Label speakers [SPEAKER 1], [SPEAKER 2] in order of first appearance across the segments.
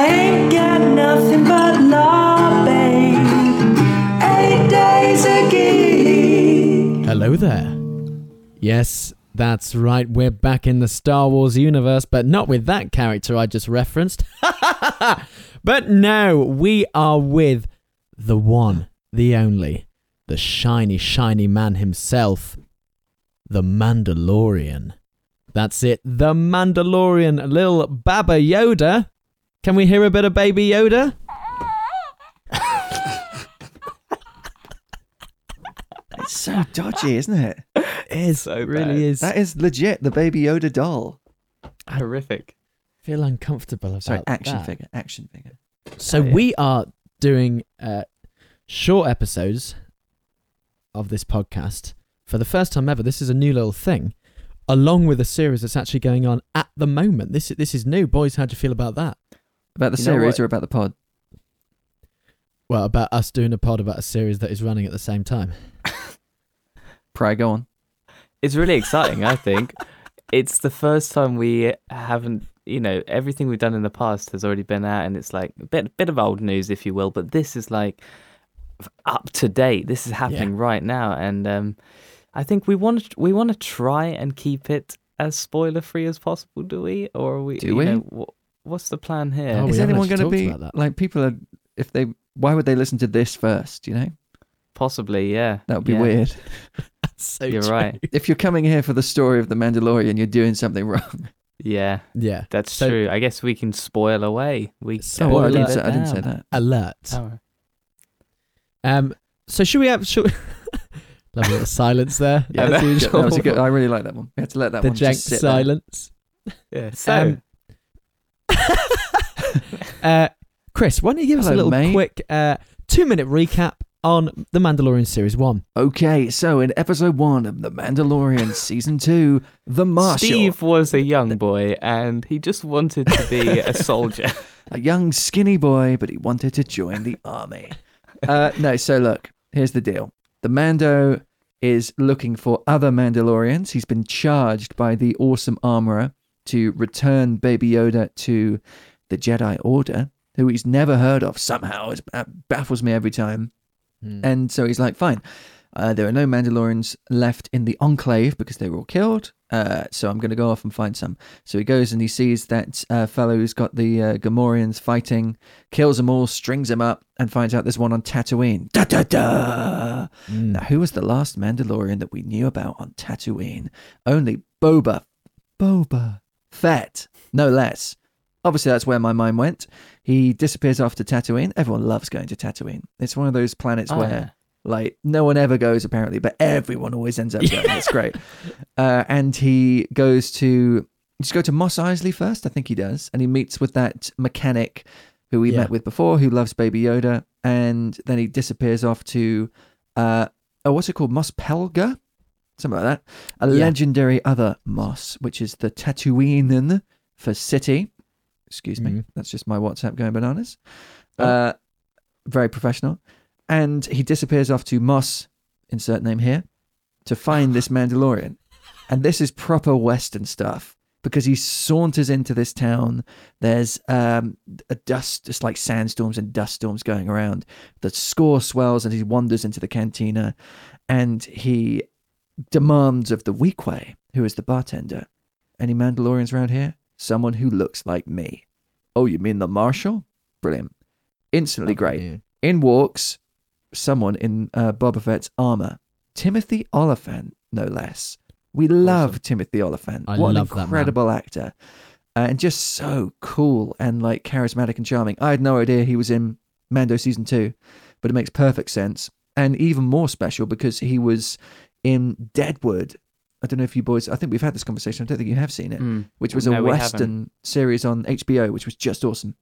[SPEAKER 1] Ain't got nothing but love, babe. Eight days a geek.
[SPEAKER 2] Hello there. Yes, that's right, we're back in the Star Wars universe, but not with that character I just referenced. but no, we are with the one, the only, the shiny, shiny man himself, the Mandalorian. That's it, the Mandalorian, little Baba Yoda. Can we hear a bit of Baby Yoda?
[SPEAKER 3] It's so dodgy, isn't it?
[SPEAKER 2] It is,
[SPEAKER 4] So
[SPEAKER 2] it
[SPEAKER 4] bad.
[SPEAKER 2] really is.
[SPEAKER 3] Uh, That is legit the Baby Yoda doll.
[SPEAKER 4] Horrific.
[SPEAKER 2] feel uncomfortable about
[SPEAKER 3] Sorry, action
[SPEAKER 2] that.
[SPEAKER 3] figure, action figure.
[SPEAKER 2] So
[SPEAKER 4] Oh, yeah.
[SPEAKER 2] we are doing uh, short episodes of this podcast for the first time ever. This is a new little thing, along with a series that's actually going on at the moment. This this is new, boys. How do you feel about that?
[SPEAKER 3] About the
[SPEAKER 4] You know
[SPEAKER 3] series
[SPEAKER 4] what?
[SPEAKER 3] or about the pod?
[SPEAKER 2] Well, about us doing a pod about a series that is running at the same time.
[SPEAKER 3] Pry, go on.
[SPEAKER 4] It's really exciting, I think. It's the first time we haven't, you know, everything we've done in the past has already been out and it's like a bit, bit of old news, if you will, but this is like up to date. This is happening right now. And um, I think we want to, we want to try and keep it as spoiler free as possible, do we? Or are we,
[SPEAKER 3] Do
[SPEAKER 4] you
[SPEAKER 3] we?
[SPEAKER 4] Know, wh- what's the plan here?
[SPEAKER 2] Oh, we
[SPEAKER 3] is
[SPEAKER 2] haven't
[SPEAKER 3] anyone going to
[SPEAKER 2] actually
[SPEAKER 3] be
[SPEAKER 2] talked about that.
[SPEAKER 3] like people are? If they, why would they listen to this first? You know,
[SPEAKER 4] Possibly, yeah.
[SPEAKER 3] that would be
[SPEAKER 4] Yeah.
[SPEAKER 3] weird.
[SPEAKER 2] so
[SPEAKER 4] You're
[SPEAKER 2] true.
[SPEAKER 4] right.
[SPEAKER 3] If you're coming here for the story of the Mandalorian, you're doing something wrong.
[SPEAKER 4] Yeah,
[SPEAKER 2] Yeah.
[SPEAKER 4] that's
[SPEAKER 2] So-
[SPEAKER 4] true. I guess we can spoil away. We
[SPEAKER 2] So-
[SPEAKER 3] oh, I,
[SPEAKER 2] Spoiler
[SPEAKER 3] didn't say, I didn't say
[SPEAKER 4] down.
[SPEAKER 3] that.
[SPEAKER 2] Alert.
[SPEAKER 4] Oh.
[SPEAKER 2] Um. So should we have? Should we... Lovely little silence there.
[SPEAKER 4] Yeah,
[SPEAKER 2] as
[SPEAKER 4] that-
[SPEAKER 2] usual.
[SPEAKER 3] That was a good. I really like that one. We had to let that
[SPEAKER 2] the
[SPEAKER 3] one
[SPEAKER 2] jank
[SPEAKER 3] just sit there.
[SPEAKER 2] silence.
[SPEAKER 4] Yeah.
[SPEAKER 2] Um, uh, Chris, why don't you give us a
[SPEAKER 3] Hello,
[SPEAKER 2] little
[SPEAKER 3] mate.
[SPEAKER 2] quick uh, two minute recap on The Mandalorian Series 1?
[SPEAKER 3] Okay, so in episode one of The Mandalorian season two, the Marshal,
[SPEAKER 4] Steve was a young boy and he just wanted to be a soldier.
[SPEAKER 3] a young skinny boy, but he wanted to join the army. Uh, no, so look, here's the deal. The Mando is looking for other Mandalorians. He's been charged by the awesome armorer to return Baby Yoda to the Jedi Order, who he's never heard of somehow. It uh, baffles me every time. And so he's like, fine. Uh, there are no Mandalorians left in the Enclave because they were all killed. Uh, so I'm going to go off and find some. So he goes and he sees that uh, fellow who's got the uh, Gamorreans fighting, kills them all, strings them up, and finds out there's one on Tatooine. Da da da!
[SPEAKER 4] Mm.
[SPEAKER 3] Now, who was the last Mandalorian that we knew about on Tatooine? Only Boba. Boba. Fett. No less. Obviously, that's where my mind went. He disappears off to Tatooine. Everyone loves going to Tatooine. It's one of those planets
[SPEAKER 4] Oh,
[SPEAKER 3] where
[SPEAKER 4] yeah.
[SPEAKER 3] like no one ever goes apparently, but everyone always ends up going. It's great. Uh, and he goes to just go to Moss Eisley first, I think he does, and he meets with that mechanic who we
[SPEAKER 2] Yeah.
[SPEAKER 3] met with before, who loves Baby Yoda, and then he disappears off to uh, oh, what's it called, Moss Pelga, something like that. A
[SPEAKER 2] Yeah.
[SPEAKER 3] legendary other Moss, which is the Tatooinan for city. Excuse me,
[SPEAKER 2] Mhm.
[SPEAKER 3] that's just my WhatsApp going bananas. Uh, very professional. And he disappears off to Moss, insert name here, to find this Mandalorian. And this is proper Western stuff because he saunters into this town. There's um, a dust, it's like sandstorms and dust storms going around. The score swells and he wanders into the cantina and he demands of the Weequay, who is the bartender, any Mandalorians around here? Someone who looks like me. Oh, you mean the Marshal? Brilliant. Instantly great. In walks someone in uh, Boba Fett's armor, Timothy Oliphant, no less. We love Timothy Oliphant.
[SPEAKER 2] I
[SPEAKER 3] what
[SPEAKER 2] love that
[SPEAKER 3] an
[SPEAKER 2] man.
[SPEAKER 3] incredible actor, Uh, and just so cool and like charismatic and charming. I had no idea he was in Mando season two, but it makes perfect sense, and even more special because he was in Deadwood. I don't know if you boys. I think we've had this conversation. I don't think you have seen it,
[SPEAKER 2] Mm,
[SPEAKER 3] which was a
[SPEAKER 4] No, we haven't.
[SPEAKER 3] Western series on HBO, which was just awesome.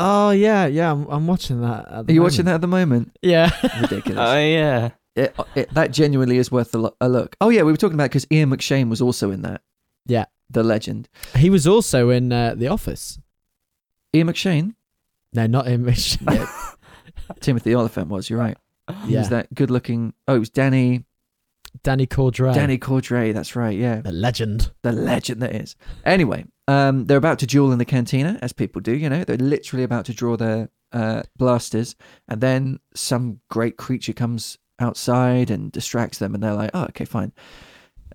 [SPEAKER 2] Oh, yeah, yeah, I'm, I'm watching that. At
[SPEAKER 3] Are you watching that at the moment?
[SPEAKER 2] Yeah.
[SPEAKER 3] Ridiculous.
[SPEAKER 4] Oh, yeah.
[SPEAKER 3] it, it, that genuinely is worth a, lo- a look. Oh yeah, we were talking about because Ian McShane was also in that.
[SPEAKER 2] Yeah.
[SPEAKER 3] the legend
[SPEAKER 2] he was also in uh, The Office.
[SPEAKER 3] Ian McShane,
[SPEAKER 2] No, not him.
[SPEAKER 3] Timothy Oliphant was. You're right. He
[SPEAKER 2] yeah.
[SPEAKER 3] was that good-looking. Oh, it was Danny.
[SPEAKER 2] Danny Cordray.
[SPEAKER 3] Danny Cordray, that's right, yeah.
[SPEAKER 2] the legend.
[SPEAKER 3] The legend that is. Anyway, um, they're about to duel in the cantina, as people do, you know. They're literally about to draw their uh, blasters, and then some great creature comes outside and distracts them, and they're like, oh, okay, fine.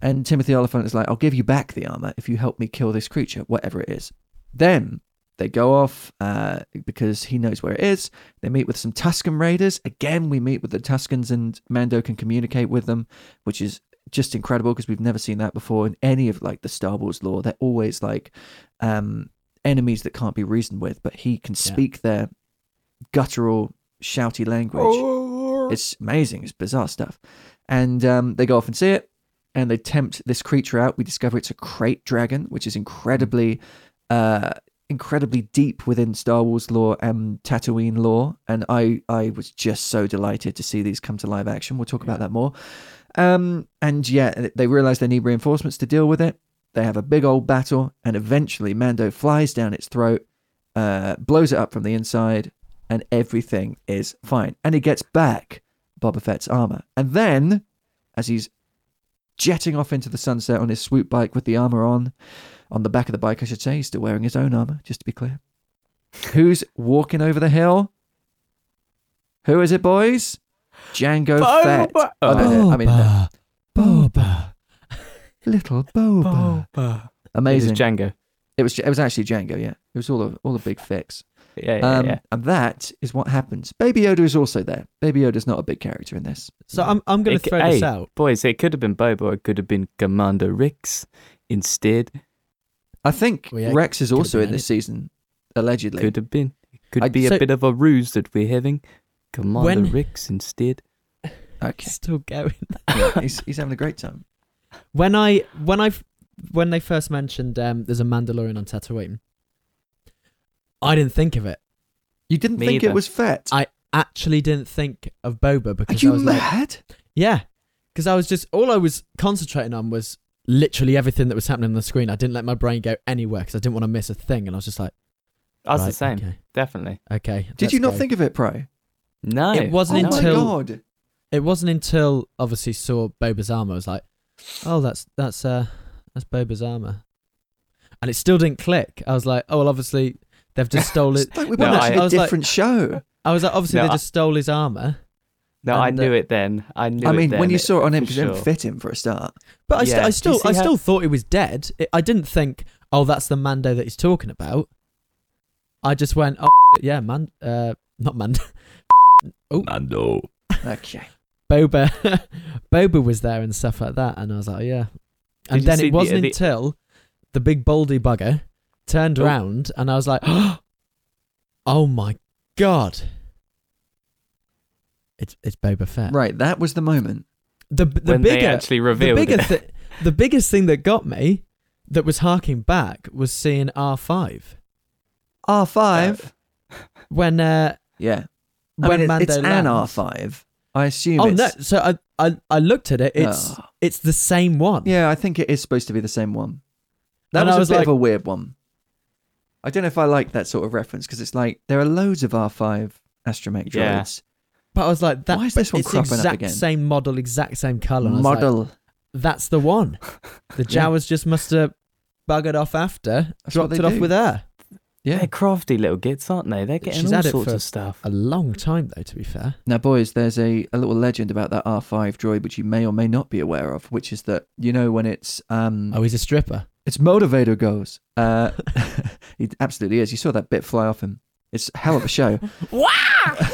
[SPEAKER 3] And Timothy Oliphant is like, I'll give you back the armor if you help me kill this creature, whatever it is. Then they go off uh, because he knows where it is. They meet with some Tuscan raiders. Again, we meet with the Tuscans, and Mando can communicate with them, which is just incredible because we've never seen that before in any of like the Star Wars lore. They're always like um, enemies that can't be reasoned with, but he can
[SPEAKER 2] Yeah.
[SPEAKER 3] speak their guttural, shouty language. It's amazing. It's bizarre stuff. And um, they go off and see it, and they tempt this creature out. We discover it's a crate dragon, which is incredibly, uh, incredibly deep within Star Wars lore and Tatooine lore. And I, I was just so delighted to see these come to live action. We'll talk about that more. Um, and yeah, they realize they need reinforcements to deal with it. They have a big old battle, and eventually Mando flies down its throat, uh, blows it up from the inside, and everything is fine. And he gets back Boba Fett's armor. And then, as he's jetting off into the sunset on his swoop bike with the armor on, on the back of the bike, I should say, he's still wearing his own armor, just to be clear. Who's walking over the hill? Who is it, boys? Django Fett. Oh, no, no, I mean, no.
[SPEAKER 2] Boba. Boba.
[SPEAKER 3] little Boba.
[SPEAKER 2] Boba.
[SPEAKER 4] This is
[SPEAKER 3] Amazing.
[SPEAKER 4] Django.
[SPEAKER 3] It was it was actually Django, yeah. It was all a, all a big fix.
[SPEAKER 4] Yeah, yeah,
[SPEAKER 3] um,
[SPEAKER 4] yeah.
[SPEAKER 3] And that is what happens. Baby Yoda is also there. Baby Yoda's not a big character in this.
[SPEAKER 2] So I'm, I'm going
[SPEAKER 4] It
[SPEAKER 2] to
[SPEAKER 4] c-
[SPEAKER 2] throw this
[SPEAKER 4] hey,
[SPEAKER 2] out.
[SPEAKER 4] Boys, it could have been Boba, or it could have been Commander Rix instead.
[SPEAKER 3] I think
[SPEAKER 2] Well, yeah,
[SPEAKER 3] Rex is
[SPEAKER 2] could've
[SPEAKER 3] also
[SPEAKER 2] been
[SPEAKER 3] in this season, allegedly.
[SPEAKER 4] Could have been. It could
[SPEAKER 3] I-
[SPEAKER 4] be
[SPEAKER 2] so-
[SPEAKER 4] a bit of a ruse that we're having. Commander
[SPEAKER 2] When-
[SPEAKER 4] Rix instead.
[SPEAKER 3] Okay.
[SPEAKER 2] Still going.
[SPEAKER 3] Yeah, he's, he's having a great time.
[SPEAKER 2] When I when I when they first mentioned um, there's a Mandalorian on Tatooine, I didn't think of it.
[SPEAKER 3] You didn't
[SPEAKER 4] Me
[SPEAKER 3] think it
[SPEAKER 4] either.
[SPEAKER 3] was Fett?
[SPEAKER 2] I actually didn't think of Boba
[SPEAKER 3] Are
[SPEAKER 2] because I
[SPEAKER 3] you
[SPEAKER 2] was like,
[SPEAKER 3] mad?
[SPEAKER 2] yeah, because I was just all I was concentrating on was literally everything that was happening on the screen. I didn't let my brain go anywhere because I didn't want to miss a thing, and I was just like,
[SPEAKER 4] I was the
[SPEAKER 2] right,
[SPEAKER 4] same,
[SPEAKER 2] Okay,
[SPEAKER 4] definitely.
[SPEAKER 2] okay,
[SPEAKER 3] Did you
[SPEAKER 2] let's
[SPEAKER 3] not
[SPEAKER 2] go.
[SPEAKER 3] think of it, Pro?
[SPEAKER 4] No,
[SPEAKER 2] It wasn't
[SPEAKER 3] Oh
[SPEAKER 4] no.
[SPEAKER 3] my
[SPEAKER 2] until-
[SPEAKER 3] god.
[SPEAKER 2] It wasn't until obviously saw Boba's armor. I was like, oh, that's that's uh that's Boba's armor, and it still didn't click. I was like, oh, well, obviously they've just stole it.
[SPEAKER 3] It's like we're
[SPEAKER 4] No,
[SPEAKER 3] watching
[SPEAKER 4] I-
[SPEAKER 2] I
[SPEAKER 3] a
[SPEAKER 2] was like-
[SPEAKER 3] different show.
[SPEAKER 2] I was like, obviously
[SPEAKER 4] No,
[SPEAKER 2] they
[SPEAKER 4] I-
[SPEAKER 2] just stole his armor.
[SPEAKER 4] No, I
[SPEAKER 2] And, uh,
[SPEAKER 4] knew it then. I knew.
[SPEAKER 3] I
[SPEAKER 4] it
[SPEAKER 3] mean,
[SPEAKER 4] then.
[SPEAKER 3] when you
[SPEAKER 4] It-
[SPEAKER 3] saw it on him,
[SPEAKER 4] for
[SPEAKER 3] because it didn't
[SPEAKER 4] sure.
[SPEAKER 3] fit him for a start.
[SPEAKER 2] But I, st-
[SPEAKER 4] Yeah.
[SPEAKER 2] I
[SPEAKER 4] Do you
[SPEAKER 2] still,
[SPEAKER 4] see
[SPEAKER 2] I
[SPEAKER 4] how-
[SPEAKER 2] still thought it was dead. It, I didn't think, oh, that's the Mando that he's talking about. I just went, oh, yeah, man, uh, not Mando. Oh,
[SPEAKER 4] Mando.
[SPEAKER 3] Okay.
[SPEAKER 2] Boba, Boba was there and stuff like that, and I was like, oh, yeah. And
[SPEAKER 4] you
[SPEAKER 2] then
[SPEAKER 4] see
[SPEAKER 2] it
[SPEAKER 4] the-
[SPEAKER 2] wasn't
[SPEAKER 4] the-
[SPEAKER 2] until the big baldy bugger turned
[SPEAKER 4] Oh.
[SPEAKER 2] round, and I was like, oh my god, it's it's Boba Fett.
[SPEAKER 3] Right, that was the moment.
[SPEAKER 2] The the
[SPEAKER 4] when
[SPEAKER 2] bigger
[SPEAKER 4] they uh, actually revealed
[SPEAKER 2] the, bigger
[SPEAKER 4] it.
[SPEAKER 2] thi- the biggest thing that got me that was harking back was seeing R5
[SPEAKER 4] Uh,
[SPEAKER 3] R5.
[SPEAKER 2] when uh
[SPEAKER 3] yeah. I
[SPEAKER 2] when
[SPEAKER 3] mean, it's,
[SPEAKER 2] Mando
[SPEAKER 3] it's an
[SPEAKER 2] lands.
[SPEAKER 3] R5. I assume
[SPEAKER 2] Oh
[SPEAKER 3] it's.
[SPEAKER 2] no! So I, I I looked at it. It's
[SPEAKER 3] Ah.
[SPEAKER 2] it's the same one.
[SPEAKER 3] Yeah, I think it is supposed to be the same one. That
[SPEAKER 2] And
[SPEAKER 3] was,
[SPEAKER 2] I was
[SPEAKER 3] a bit
[SPEAKER 2] like-
[SPEAKER 3] of a weird one. I don't know if I like that sort of reference because it's like there are loads of R5 astromech
[SPEAKER 4] Yeah.
[SPEAKER 3] droids.
[SPEAKER 2] But I was like, that,
[SPEAKER 3] Why is
[SPEAKER 2] but
[SPEAKER 3] this one
[SPEAKER 2] it's the
[SPEAKER 3] cropping up
[SPEAKER 2] exact
[SPEAKER 3] again?
[SPEAKER 2] Same model, exact same color. And I was like,
[SPEAKER 3] Model.
[SPEAKER 2] That's the one. The
[SPEAKER 3] Yeah.
[SPEAKER 2] Jawas just must have buggered off after,
[SPEAKER 3] That's what
[SPEAKER 2] dropped
[SPEAKER 3] they
[SPEAKER 2] it off
[SPEAKER 3] do.
[SPEAKER 2] with her.
[SPEAKER 3] yeah.
[SPEAKER 4] They're crafty little gits, aren't they? They're getting
[SPEAKER 2] She's
[SPEAKER 4] all
[SPEAKER 2] had it
[SPEAKER 4] sorts
[SPEAKER 2] for-
[SPEAKER 4] of stuff.
[SPEAKER 2] A long time though, to be fair.
[SPEAKER 3] Now, boys, there's a, a little legend about that R5 droid which you may or may not be aware of, which is that you know when it's um
[SPEAKER 2] Oh, he's a stripper.
[SPEAKER 3] it's motivator goes. Uh, he absolutely is. You saw that bit fly off him. It's a hell of a show.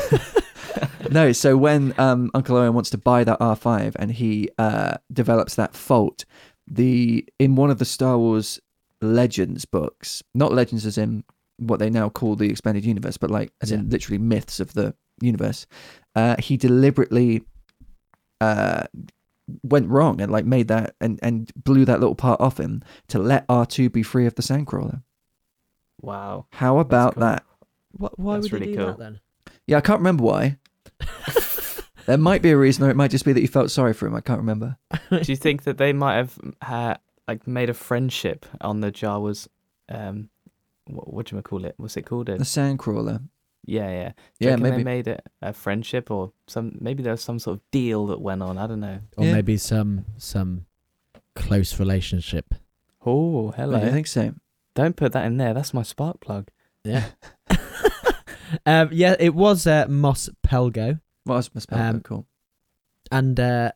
[SPEAKER 3] no, so when um, Uncle Owen wants to buy that R5 and he uh, develops that fault, the in one of the Star Wars Legends books, not Legends as in what they now call the expanded universe, but like as in
[SPEAKER 2] Yeah.
[SPEAKER 3] literally myths of the universe, uh, he deliberately uh, went wrong and like made that and, and blew that little part off him to let R2 be free of the Sandcrawler.
[SPEAKER 4] Wow.
[SPEAKER 3] How about
[SPEAKER 4] cool.
[SPEAKER 3] that?
[SPEAKER 2] What, why
[SPEAKER 4] That's
[SPEAKER 2] would he do
[SPEAKER 4] really cool.
[SPEAKER 2] that then?
[SPEAKER 3] Yeah, I can't remember why. There might be a reason, or it might just be that you felt sorry for him. I can't remember.
[SPEAKER 4] Do you think that they might have ha like made a friendship on the Jawas? Um, what, what do you call it? What's it called?
[SPEAKER 3] The Sandcrawler.
[SPEAKER 4] Yeah, yeah. Do you
[SPEAKER 3] Yeah,
[SPEAKER 4] reckon
[SPEAKER 3] maybe.
[SPEAKER 4] they made it a friendship or some. Maybe there was some sort of deal that went on. I don't know.
[SPEAKER 2] or
[SPEAKER 3] Yeah.
[SPEAKER 2] maybe some some close relationship.
[SPEAKER 4] Oh, hello!
[SPEAKER 3] I think so.
[SPEAKER 4] Don't put that in there. That's my spark plug.
[SPEAKER 2] Yeah. um, yeah, it was uh, Moss Pelgo,
[SPEAKER 3] Well, that's must be
[SPEAKER 2] Um,
[SPEAKER 3] cool.
[SPEAKER 2] and uh,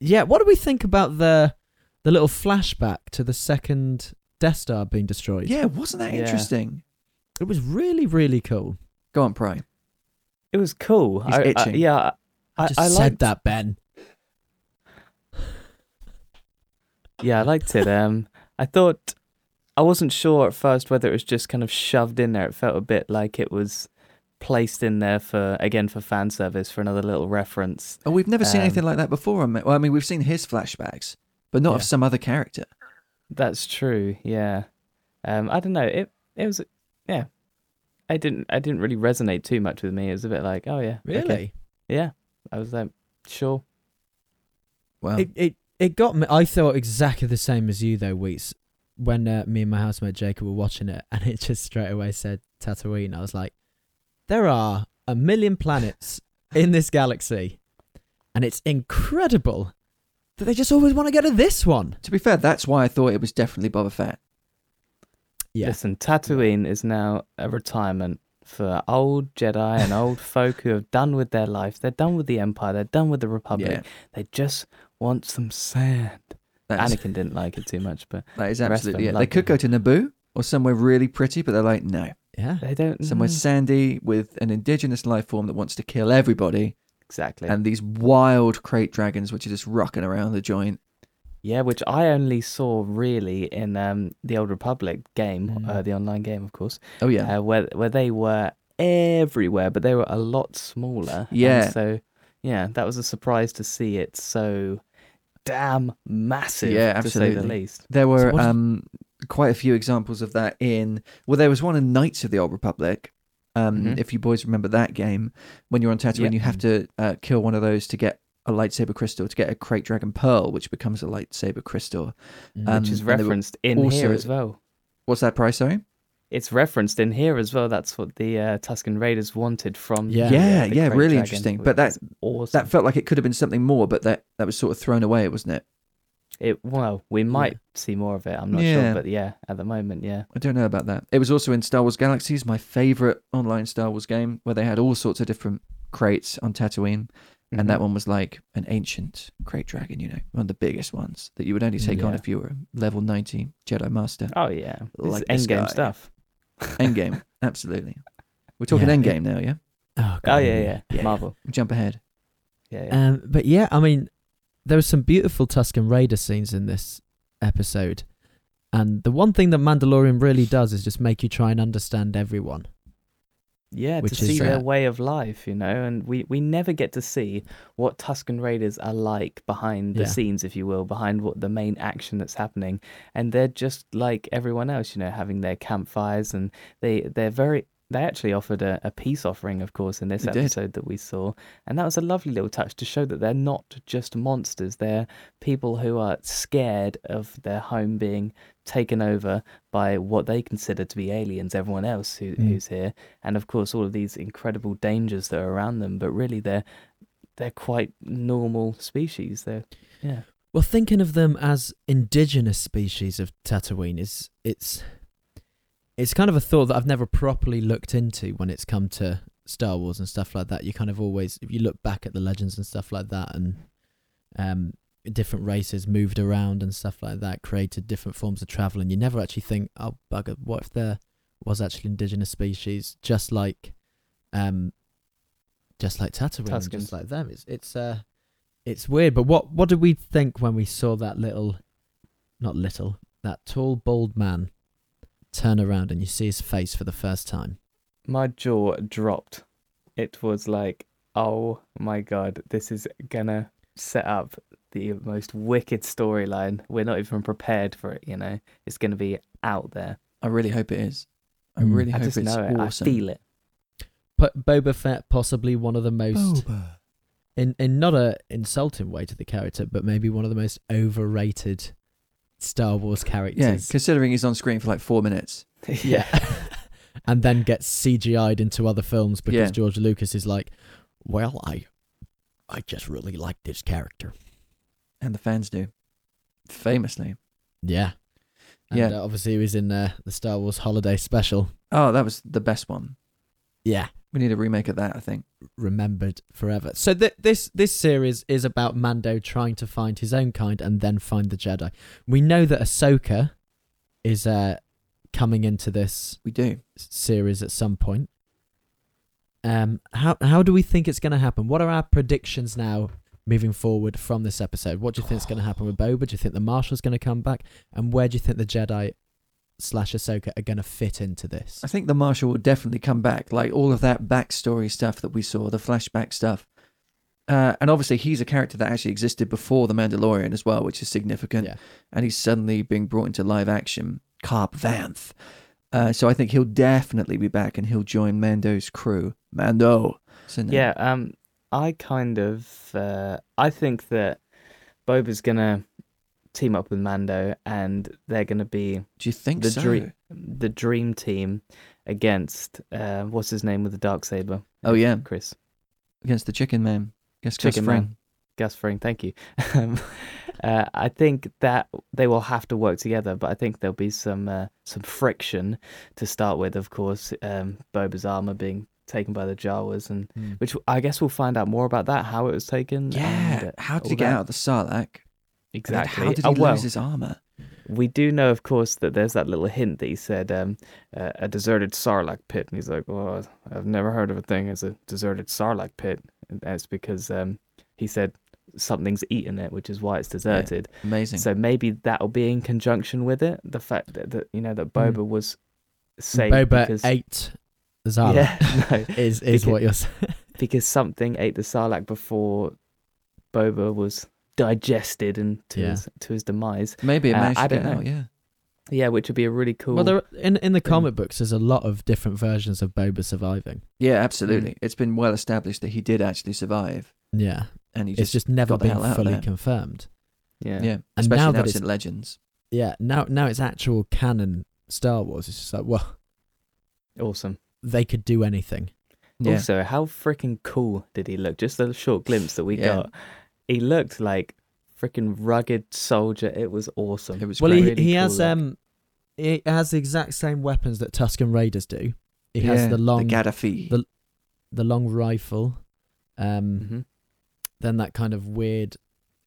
[SPEAKER 2] yeah, what do we think about the the little flashback to the second Death Star being destroyed?
[SPEAKER 3] Yeah, wasn't that
[SPEAKER 4] Yeah.
[SPEAKER 3] interesting?
[SPEAKER 2] it was really really cool.
[SPEAKER 3] Go on, pry.
[SPEAKER 4] It was cool.
[SPEAKER 3] He's
[SPEAKER 4] I, I-
[SPEAKER 3] itching.
[SPEAKER 4] yeah, I,
[SPEAKER 2] I
[SPEAKER 4] I,
[SPEAKER 2] just
[SPEAKER 4] I
[SPEAKER 2] said
[SPEAKER 4] liked,
[SPEAKER 2] that, Ben.
[SPEAKER 4] Yeah, I liked it. Um, I thought I wasn't sure at first whether it was just kind of shoved in there. It felt a bit like it was placed in there for again for fan service for another little reference.
[SPEAKER 3] Oh, we've never seen
[SPEAKER 4] Um,
[SPEAKER 3] anything like that before. I mean- Well, I mean, we've seen his flashbacks, but not of
[SPEAKER 2] Yeah.
[SPEAKER 3] some other character.
[SPEAKER 4] That's true. Yeah. Um, I don't know. It it was yeah. I didn't I didn't really resonate too much with me. It was a bit like oh yeah okay. yeah. I was like sure
[SPEAKER 3] Wow.
[SPEAKER 4] Um,
[SPEAKER 2] It, it it got me. I thought exactly the same as you though, Weeks. When uh, me and my housemate Jacob were watching it, and it just straight away said Tatooine. I was like, there are a million planets in this galaxy, and it's incredible that they just always want to go to this one.
[SPEAKER 3] to be fair, that's why I thought it was definitely Boba Fett.
[SPEAKER 2] Yeah.
[SPEAKER 4] Listen, Tatooine is now a retirement for old Jedi and old folk who have done with their life. They're done with the Empire. They're done with the Republic.
[SPEAKER 3] Yeah.
[SPEAKER 4] They just want some sand.
[SPEAKER 3] That is,
[SPEAKER 4] Anakin didn't like it too much, but
[SPEAKER 3] that is
[SPEAKER 4] the rest of
[SPEAKER 3] absolutely
[SPEAKER 4] them
[SPEAKER 3] it. They
[SPEAKER 4] like
[SPEAKER 3] could
[SPEAKER 4] it.
[SPEAKER 3] go to Naboo or somewhere really pretty, but they're like, no.
[SPEAKER 2] Yeah.
[SPEAKER 4] they don't.
[SPEAKER 3] somewhere
[SPEAKER 4] mm,
[SPEAKER 3] sandy with an indigenous life form that wants to kill everybody
[SPEAKER 4] exactly.
[SPEAKER 3] and these wild crate dragons which are just rocking around the joint
[SPEAKER 4] yeah, which I only saw really in um, the Old Republic game, uh, the online game, of course,
[SPEAKER 3] Mm. oh yeah
[SPEAKER 4] uh, where where they were everywhere, but they were a lot smaller. and
[SPEAKER 3] Yeah.
[SPEAKER 4] so, yeah, that was a surprise to see it so damn massive.
[SPEAKER 3] Yeah,
[SPEAKER 4] To say the
[SPEAKER 3] absolutely. Mm,
[SPEAKER 4] least.
[SPEAKER 3] there were
[SPEAKER 2] what did-
[SPEAKER 3] um quite a few examples of that in well there was one in knights of the old republic um
[SPEAKER 4] Mhm.
[SPEAKER 3] if you boys remember that game when you're on tatooine
[SPEAKER 4] Yep.
[SPEAKER 3] you have to uh, kill one of those to get a lightsaber crystal to get a crate dragon pearl which becomes a lightsaber crystal
[SPEAKER 2] Mm.
[SPEAKER 3] Um,
[SPEAKER 4] which is
[SPEAKER 3] and they were
[SPEAKER 4] referenced in
[SPEAKER 3] also-
[SPEAKER 4] here as well.
[SPEAKER 3] what's that price sorry
[SPEAKER 4] It's referenced in here as well. That's what the uh, Tuscan Raiders wanted from.
[SPEAKER 2] Yeah.
[SPEAKER 4] the, uh,
[SPEAKER 3] Yeah,
[SPEAKER 4] the
[SPEAKER 3] yeah,
[SPEAKER 4] Great
[SPEAKER 3] really
[SPEAKER 4] Dragon,
[SPEAKER 3] interesting,
[SPEAKER 4] which
[SPEAKER 3] but that-
[SPEAKER 4] is awesome.
[SPEAKER 3] that felt like it could have been something more but that that was sort of thrown away wasn't it
[SPEAKER 4] it well, we might see more of it. I'm not
[SPEAKER 3] Yeah.
[SPEAKER 4] sure, but yeah, at the moment, yeah.
[SPEAKER 3] I don't know about that. It was also in Star Wars Galaxies, my favorite online Star Wars game, where they had all sorts of different crates on Tatooine.
[SPEAKER 4] Mm-hmm.
[SPEAKER 3] And that one was like an ancient crate dragon, you know, one of the biggest ones that you would only take on
[SPEAKER 4] Yeah.
[SPEAKER 3] if you were a level 90 Jedi Master.
[SPEAKER 4] Oh yeah,
[SPEAKER 3] Like
[SPEAKER 4] like
[SPEAKER 3] this
[SPEAKER 4] end game
[SPEAKER 3] guy.
[SPEAKER 4] stuff.
[SPEAKER 3] Endgame, absolutely. We're talking
[SPEAKER 2] Yeah.
[SPEAKER 3] endgame now, yeah?
[SPEAKER 2] Oh, God,
[SPEAKER 4] Oh yeah, yeah,
[SPEAKER 3] Yeah.
[SPEAKER 4] Marvel.
[SPEAKER 3] Jump ahead.
[SPEAKER 4] Yeah, yeah.
[SPEAKER 2] Um, but yeah, I mean, there were some beautiful Tuscan Raider scenes in this episode, and the one thing that Mandalorian really does is just make you try and understand everyone.
[SPEAKER 4] yeah to
[SPEAKER 2] which is,
[SPEAKER 4] see their
[SPEAKER 2] uh,
[SPEAKER 4] way of life, you know, and we we never get to see what Tuscan Raiders are like behind the
[SPEAKER 2] Yeah.
[SPEAKER 4] scenes, if you will, behind what the main action that's happening, and they're just like everyone else, you know, having their campfires, and they they're very. They actually offered a, a peace offering, of course, in this
[SPEAKER 3] They did.
[SPEAKER 4] episode that we saw. And that was a lovely little touch to show that they're not just monsters. They're people who are scared of their home being taken over by what they consider to be aliens, everyone else who,
[SPEAKER 2] Mm.
[SPEAKER 4] who's here, and of course all of these incredible dangers that are around them. But really, they're they're quite normal species. They're yeah,
[SPEAKER 2] Well, thinking of them as indigenous species of Tatooine is it's it's kind of a thought that I've never properly looked into when it's come to Star Wars and stuff like that. You kind of always, if you look back at the legends and stuff like that, and um, different races moved around and stuff like that, created different forms of travel, and you never actually think, oh bugger, what if there was actually indigenous species just like, um, just like Tatooine, and
[SPEAKER 4] Tuscans.
[SPEAKER 2] just like them? It's it's uh, it's weird. But what what did we think when we saw that little, not little, that tall bald man turn around and you see his face for the first time?
[SPEAKER 4] my jaw dropped. It was like, oh my god, this is gonna set up the most wicked storyline. We're not even prepared for it. You know, it's gonna be out there.
[SPEAKER 3] I really hope it is. I
[SPEAKER 2] Mm.
[SPEAKER 3] really
[SPEAKER 4] I
[SPEAKER 3] hope
[SPEAKER 4] just
[SPEAKER 3] it's
[SPEAKER 4] know it.
[SPEAKER 3] awesome.
[SPEAKER 4] I feel it.
[SPEAKER 2] But Boba Fett, possibly one of the
[SPEAKER 3] Oh.
[SPEAKER 2] most in in not a insulting way to the character, but maybe one of the most overrated Star Wars characters.
[SPEAKER 3] Yeah, considering he's on screen for like four minutes.
[SPEAKER 2] yeah. and then gets CGI'd into other films because
[SPEAKER 3] Yeah.
[SPEAKER 2] George Lucas is like, well, I, I just really like this character.
[SPEAKER 3] and the fans do, famously.
[SPEAKER 2] Yeah. And
[SPEAKER 3] Yeah.
[SPEAKER 2] uh, obviously, he was in uh, the Star Wars Holiday Special.
[SPEAKER 3] Oh, that was the best one.
[SPEAKER 2] Yeah.
[SPEAKER 3] We need a remake of that, I think.
[SPEAKER 2] Remembered forever. So th- this this series is about Mando trying to find his own kind and then find the Jedi. We know that Ahsoka is uh, coming into this
[SPEAKER 3] We do.
[SPEAKER 2] series at some point. Um, how how do we think it's going to happen? What are our predictions now moving forward from this episode? What do you think is going to happen with Boba? Do you think the Marshal's going to come back? And where do you think the Jedi slash Ahsoka are going to fit into this?
[SPEAKER 3] I think the Marshal will definitely come back, like all of that backstory stuff that we saw, the flashback stuff. Uh, and obviously, he's a character that actually existed before The Mandalorian as well, which is significant.
[SPEAKER 2] Yeah.
[SPEAKER 3] And he's suddenly being brought into live action. Carp Vanth. Uh, so I think he'll definitely be back and he'll join Mando's crew. Mando. So no.
[SPEAKER 4] Yeah, um, I kind of uh, I think that Boba's gonna team up with Mando, and they're gonna be
[SPEAKER 3] Do you think
[SPEAKER 4] the
[SPEAKER 3] so?
[SPEAKER 4] dream the dream team against uh, what's his name with the dark saber?
[SPEAKER 3] Oh, yeah.
[SPEAKER 4] Chris
[SPEAKER 3] Against the Chicken Man. Yes,
[SPEAKER 4] Chicken Man. Gus Fring. Thank you. Um, uh, I think that they will have to work together, but I think there'll be some uh, some friction to start with. Of course, um, Boba's armor being taken by the Jawas, and
[SPEAKER 2] Hmm.
[SPEAKER 4] which I guess we'll find out more about that how it was taken. and,
[SPEAKER 3] Yeah.
[SPEAKER 4] uh,
[SPEAKER 3] How did
[SPEAKER 4] all
[SPEAKER 3] he get
[SPEAKER 4] that.
[SPEAKER 3] out of the Sarlacc? And then
[SPEAKER 4] Exactly.
[SPEAKER 3] How did he
[SPEAKER 4] Oh, well,
[SPEAKER 3] lose his armor?
[SPEAKER 4] we do know, of course, that there's that little hint that he said um, uh, a deserted sarlacc pit, and he's like, "Well, I've never heard of a thing as a deserted sarlacc pit." And that's because um, he said something's eaten it, which is why it's deserted.
[SPEAKER 3] Amazing.
[SPEAKER 4] So maybe that'll be in conjunction with it. The fact that, that you know that
[SPEAKER 2] Mm.
[SPEAKER 4] Boba was saved
[SPEAKER 2] Boba
[SPEAKER 4] because
[SPEAKER 2] ate Zara
[SPEAKER 4] yeah, no,
[SPEAKER 2] is is
[SPEAKER 4] Because-
[SPEAKER 2] what you're saying.
[SPEAKER 4] because something ate the sarlacc before Boba was digested and to
[SPEAKER 2] Yeah.
[SPEAKER 4] his to his demise.
[SPEAKER 3] Maybe it
[SPEAKER 4] uh, I
[SPEAKER 3] managed to
[SPEAKER 4] don't
[SPEAKER 3] get
[SPEAKER 4] know.
[SPEAKER 3] out, yeah.
[SPEAKER 4] Yeah, which would be a really cool.
[SPEAKER 2] Well, there in in the
[SPEAKER 4] thing.
[SPEAKER 2] comic books, there's a lot of different versions of Boba surviving.
[SPEAKER 3] Yeah,
[SPEAKER 2] Mm.
[SPEAKER 3] absolutely. It's been well established that he did actually survive,
[SPEAKER 2] Yeah,
[SPEAKER 3] and he
[SPEAKER 2] it's
[SPEAKER 3] just,
[SPEAKER 2] just never
[SPEAKER 3] got the
[SPEAKER 2] been
[SPEAKER 3] hell out of
[SPEAKER 2] fully
[SPEAKER 3] there.
[SPEAKER 2] confirmed.
[SPEAKER 4] yeah.
[SPEAKER 3] yeah. Especially
[SPEAKER 2] now
[SPEAKER 3] now,
[SPEAKER 2] that
[SPEAKER 3] it's
[SPEAKER 2] it's-
[SPEAKER 3] in Legends.
[SPEAKER 2] Yeah, now now it's actual canon Star Wars. It's just like, well,
[SPEAKER 4] Awesome.
[SPEAKER 2] they could do anything.
[SPEAKER 3] Yeah,
[SPEAKER 4] Also, how freaking cool did he look? Just a short glimpse that we
[SPEAKER 3] Yeah.
[SPEAKER 4] got. He looked like freaking rugged soldier. It was awesome.
[SPEAKER 3] it was
[SPEAKER 2] well,
[SPEAKER 3] great.
[SPEAKER 2] he
[SPEAKER 4] Really
[SPEAKER 2] he
[SPEAKER 4] cool
[SPEAKER 2] has
[SPEAKER 4] look.
[SPEAKER 2] um, he has the exact same weapons that Tuscan Raiders do. He
[SPEAKER 3] Yeah,
[SPEAKER 2] has the long
[SPEAKER 3] the Gaddafi.
[SPEAKER 2] the- the long rifle, um,
[SPEAKER 3] Mm-hmm.
[SPEAKER 4] Mhm.
[SPEAKER 2] then that kind of weird.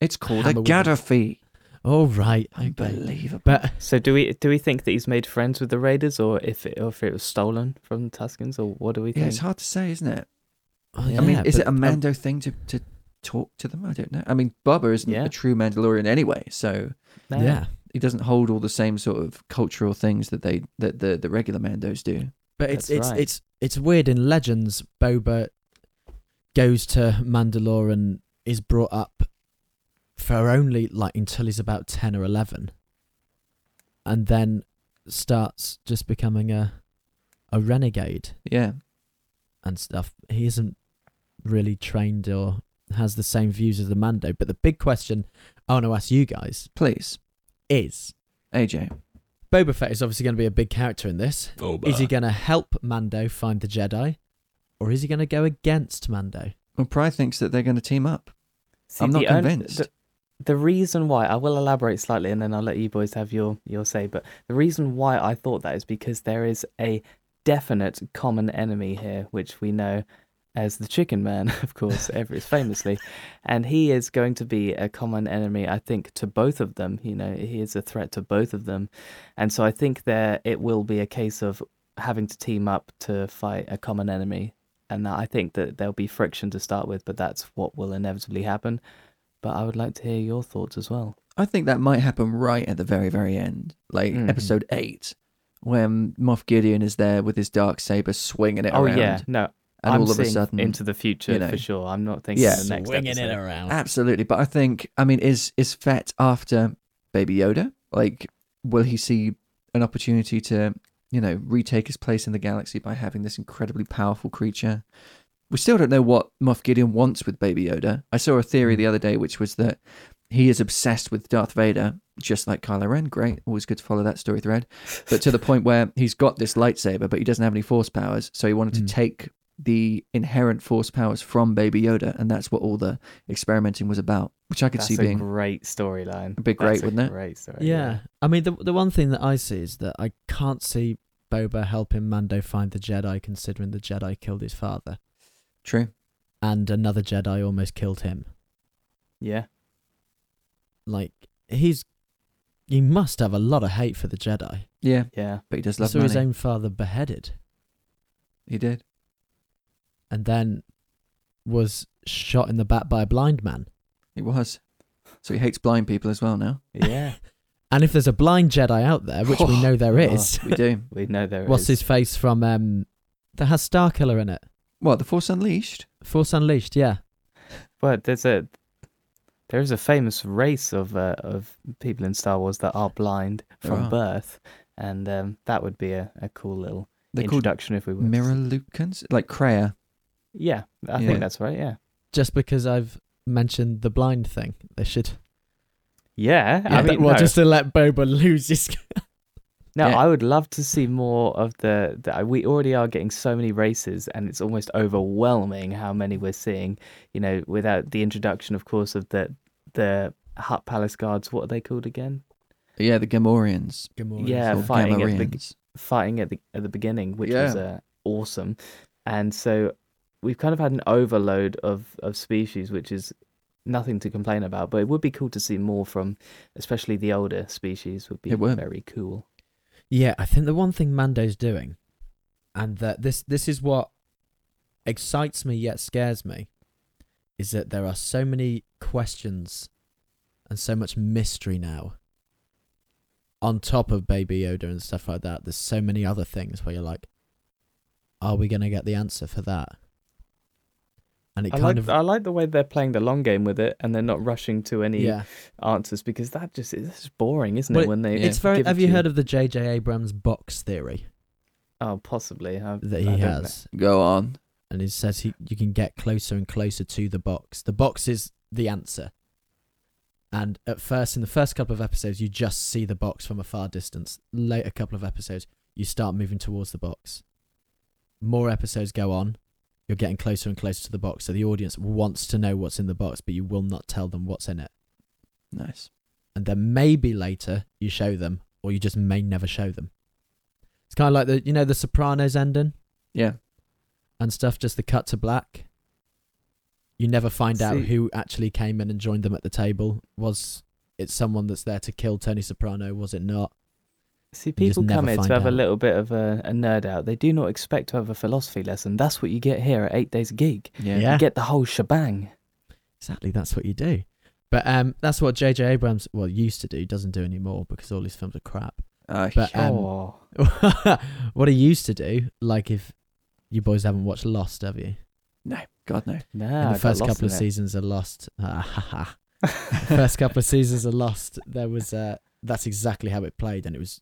[SPEAKER 3] it's called a
[SPEAKER 2] hammer with the-
[SPEAKER 3] Gaddafi.
[SPEAKER 2] Oh right, okay.
[SPEAKER 3] Unbelievable.
[SPEAKER 2] But
[SPEAKER 4] So do we do we think that he's made friends with the raiders, or if it, or if it was stolen from the Tuscans, or what do we
[SPEAKER 3] Yeah,
[SPEAKER 4] think?
[SPEAKER 3] it's hard to say, isn't it?
[SPEAKER 2] oh,
[SPEAKER 3] I mean,
[SPEAKER 2] yeah,
[SPEAKER 3] is
[SPEAKER 2] but,
[SPEAKER 3] it a
[SPEAKER 2] um,
[SPEAKER 3] Mando thing to, to talk to them? I don't know. I mean, Bubba isn't
[SPEAKER 4] Yeah.
[SPEAKER 3] a true Mandalorian anyway, so
[SPEAKER 4] No.
[SPEAKER 2] yeah,
[SPEAKER 3] he doesn't hold all the same sort of cultural things that they that the, the regular Mandos do.
[SPEAKER 2] But it's
[SPEAKER 4] That's
[SPEAKER 2] it's
[SPEAKER 4] right.
[SPEAKER 2] it's it's weird in Legends. Boba goes to Mandalore and is brought up for only like until he's about ten or eleven, and then starts just becoming a a renegade
[SPEAKER 3] Yeah,
[SPEAKER 2] and stuff. He isn't really trained or has the same views as the Mando. But the big question I want to ask you guys
[SPEAKER 3] please,
[SPEAKER 2] is:
[SPEAKER 3] AJ.
[SPEAKER 2] Boba Fett is obviously going to be a big character in this. Is he going to help Mando find the Jedi, or is he going to go against Mando?
[SPEAKER 3] Well, Pride thinks that they're going to team up.
[SPEAKER 4] See,
[SPEAKER 3] I'm not
[SPEAKER 4] the un-
[SPEAKER 3] convinced.
[SPEAKER 4] the, the reason why I will elaborate slightly, and then I'll let you boys have your your say. But the reason why I thought that is because there is a definite common enemy here, which we know as the Chicken Man, of course, Everett's famously, and he is going to be a common enemy. I think to both of them. You know, he is a threat to both of them, and so I think there it will be a case of having to team up to fight a common enemy. And I think that there'll be friction to start with, but that's what will inevitably happen but I would like to hear your thoughts as well.
[SPEAKER 3] I think that might happen right at the very, very end, like
[SPEAKER 4] Mhm.
[SPEAKER 3] episode eight, when Moff Gideon is there with his dark saber swinging it
[SPEAKER 4] Oh
[SPEAKER 3] around.
[SPEAKER 4] yeah, no,
[SPEAKER 3] and
[SPEAKER 4] I'm
[SPEAKER 3] all of a
[SPEAKER 4] seeing
[SPEAKER 3] sudden,
[SPEAKER 4] into the future
[SPEAKER 3] you know,
[SPEAKER 4] for sure. I'm not thinking
[SPEAKER 3] yeah.
[SPEAKER 4] the next episode.
[SPEAKER 2] around.
[SPEAKER 3] absolutely. But I think, I mean, is is Fett after Baby Yoda? Like, will he see an opportunity to, you know, retake his place in the galaxy by having this incredibly powerful creature?
[SPEAKER 4] Hmm.
[SPEAKER 3] We still don't know what Moff Gideon wants with Baby Yoda. I saw a theory the other day, which was that he is obsessed with Darth Vader, just like Kylo Ren. Great, always good to follow that story thread. But to the point where he's got this lightsaber, but he doesn't have any force powers, so he wanted
[SPEAKER 4] Hmm.
[SPEAKER 2] Mm.
[SPEAKER 3] to take the inherent force powers from Baby Yoda, and that's what all the experimenting was about. Which I could
[SPEAKER 4] That's
[SPEAKER 3] see
[SPEAKER 4] a
[SPEAKER 3] being
[SPEAKER 4] great storyline.
[SPEAKER 3] It'd be
[SPEAKER 4] That's
[SPEAKER 3] great,
[SPEAKER 4] a
[SPEAKER 3] wouldn't it?
[SPEAKER 4] Great story.
[SPEAKER 2] Yeah. I mean, the the one thing that I see is that I can't see Boba helping Mando find the Jedi, considering the Jedi killed his father,
[SPEAKER 3] true.
[SPEAKER 2] and another Jedi almost killed him.
[SPEAKER 4] Yeah.
[SPEAKER 2] Like he's, he must have a lot of hate for the Jedi.
[SPEAKER 3] Yeah,
[SPEAKER 4] Yeah.
[SPEAKER 3] but he does
[SPEAKER 2] He
[SPEAKER 3] love
[SPEAKER 2] saw
[SPEAKER 3] money.
[SPEAKER 2] his own father beheaded,
[SPEAKER 3] He did.
[SPEAKER 2] and then was shot in the back by a blind man.
[SPEAKER 3] He was. So he hates blind people as well now.
[SPEAKER 4] Yeah. yeah.
[SPEAKER 2] And if there's a blind Jedi out there, which we know there is,
[SPEAKER 3] We do.
[SPEAKER 4] We know Oh, there is.
[SPEAKER 2] what's his face from um, that has Starkiller in it?
[SPEAKER 3] what, The Force Unleashed?
[SPEAKER 2] Force Unleashed, yeah.
[SPEAKER 4] But there's a there is a famous race of uh, of people in Star Wars that are blind
[SPEAKER 3] There
[SPEAKER 4] from
[SPEAKER 3] are.
[SPEAKER 4] birth, and um, that would be a, a cool little
[SPEAKER 3] They're called
[SPEAKER 4] introduction if we were. to-
[SPEAKER 3] Miralukans? Like Kreia.
[SPEAKER 4] Yeah, I
[SPEAKER 3] Yeah.
[SPEAKER 4] think that's right. Yeah.
[SPEAKER 2] Just because I've mentioned the blind thing, they should.
[SPEAKER 4] Yeah. I
[SPEAKER 2] Yeah,
[SPEAKER 4] mean,
[SPEAKER 2] well,
[SPEAKER 4] no,
[SPEAKER 2] just to let Boba lose his.
[SPEAKER 4] no
[SPEAKER 3] yeah.
[SPEAKER 4] I would love to see more of the, the. uh, We already are getting so many races, and it's almost overwhelming how many we're seeing. You know, without the introduction, of course, of the the Hut Palace guards. What are they called again?
[SPEAKER 3] Yeah, the Gamorreans.
[SPEAKER 4] Yeah,
[SPEAKER 3] Or
[SPEAKER 4] fighting at the-
[SPEAKER 3] Gamorreans.
[SPEAKER 4] fighting at the at the beginning, which was
[SPEAKER 3] Yeah.
[SPEAKER 4] uh, awesome. And so we've kind of had an overload of of species, which is nothing to complain about. But it would be cool to see more from, especially the older species. Would be
[SPEAKER 3] It would.
[SPEAKER 4] very cool.
[SPEAKER 2] Yeah, I think the one thing Mando's doing, and that this this is what excites me yet scares me, is that there are so many questions and so much mystery now. On top of Baby Yoda and stuff like that, there's so many other things where you're like, are we gonna get the answer for that? And it
[SPEAKER 4] I
[SPEAKER 2] kind
[SPEAKER 4] like
[SPEAKER 2] of
[SPEAKER 4] I like the way they're playing the long game with it, and they're not rushing to any
[SPEAKER 2] yeah.
[SPEAKER 4] answers because that just is that's boring, isn't
[SPEAKER 2] Well,
[SPEAKER 4] it? When they
[SPEAKER 3] yeah.
[SPEAKER 2] It's very.
[SPEAKER 4] give
[SPEAKER 2] Have
[SPEAKER 4] it
[SPEAKER 2] you
[SPEAKER 4] to
[SPEAKER 2] heard of the J.J. Abrams box theory
[SPEAKER 4] Oh, possibly I-
[SPEAKER 2] that
[SPEAKER 4] I
[SPEAKER 2] he
[SPEAKER 4] don't know.
[SPEAKER 2] has?
[SPEAKER 3] Go on.
[SPEAKER 2] and it says he, you can get closer and closer to the box. The box is the answer. And at first, in the first couple of episodes, you just see the box from a far distance. Later, couple of episodes, you start moving towards the box. More episodes go on, you're getting closer and closer to the box. So the audience wants to know what's in the box, but you will not tell them what's in it.
[SPEAKER 3] Nice.
[SPEAKER 2] And then maybe later you show them, or you just may never show them. It's kind of like the you know the Sopranos ending
[SPEAKER 3] Yeah.
[SPEAKER 2] and stuff, just the cut to black. You never find out
[SPEAKER 4] See-
[SPEAKER 2] who actually came in and joined them at the table. Was it someone that's there to kill Tony Soprano? Was it not?
[SPEAKER 4] See,
[SPEAKER 2] just
[SPEAKER 4] people come
[SPEAKER 2] never
[SPEAKER 4] here to
[SPEAKER 2] find
[SPEAKER 4] have a
[SPEAKER 2] out.
[SPEAKER 4] little bit of a, a nerd out. They do not expect to have a philosophy lesson. That's what you get here at Eight Days a Geek.
[SPEAKER 3] Yeah.
[SPEAKER 2] Yeah.
[SPEAKER 4] You get the whole shebang.
[SPEAKER 2] Exactly, that's what you do. But um, that's what J.J. Abrams, well, used to do, doesn't do anymore because all his films are crap.
[SPEAKER 3] Uh,
[SPEAKER 2] But um,
[SPEAKER 4] oh,
[SPEAKER 2] what he used to do, like if you boys haven't watched Lost, have you?
[SPEAKER 3] no. God, no.
[SPEAKER 4] no.
[SPEAKER 2] In
[SPEAKER 4] I
[SPEAKER 2] the
[SPEAKER 4] got
[SPEAKER 2] first
[SPEAKER 4] lost
[SPEAKER 2] couple of
[SPEAKER 4] in it.
[SPEAKER 2] seasons of Lost, ah, ha, ha. The first couple of seasons of Lost, there was uh, that's exactly how it played, and it was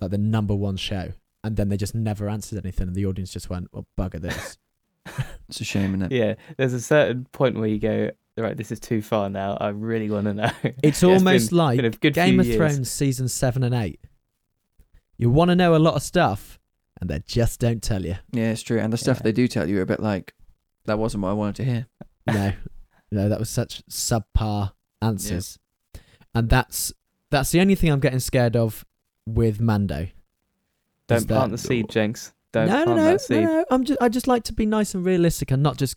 [SPEAKER 2] like the number one show. And then they just never answered anything, and the audience just went, "Well, bugger this."
[SPEAKER 3] It's a shame, isn't it?
[SPEAKER 4] Yeah, there's a certain point where you go, right, this is too far now. I really want to know.
[SPEAKER 2] It's
[SPEAKER 4] Yeah,
[SPEAKER 2] almost
[SPEAKER 4] been-
[SPEAKER 2] like
[SPEAKER 4] been a good
[SPEAKER 2] Game
[SPEAKER 4] few
[SPEAKER 2] of
[SPEAKER 4] years.
[SPEAKER 2] Thrones season seven and eight. You want to know a lot of stuff, and they just don't tell you.
[SPEAKER 3] Yeah, it's true. And the stuff
[SPEAKER 4] Yeah.
[SPEAKER 3] they do tell you are a bit like, that wasn't what I wanted to hear.
[SPEAKER 2] No, no, that was such subpar answers, and that's that's the only thing I'm getting scared of with Mando.
[SPEAKER 4] Don't
[SPEAKER 2] Is that-
[SPEAKER 4] plant the seed, Jenks. Don't
[SPEAKER 2] no,
[SPEAKER 4] plant
[SPEAKER 2] no, no,
[SPEAKER 4] that seed.
[SPEAKER 2] no, no. I'm just, I just like to be nice and realistic and not just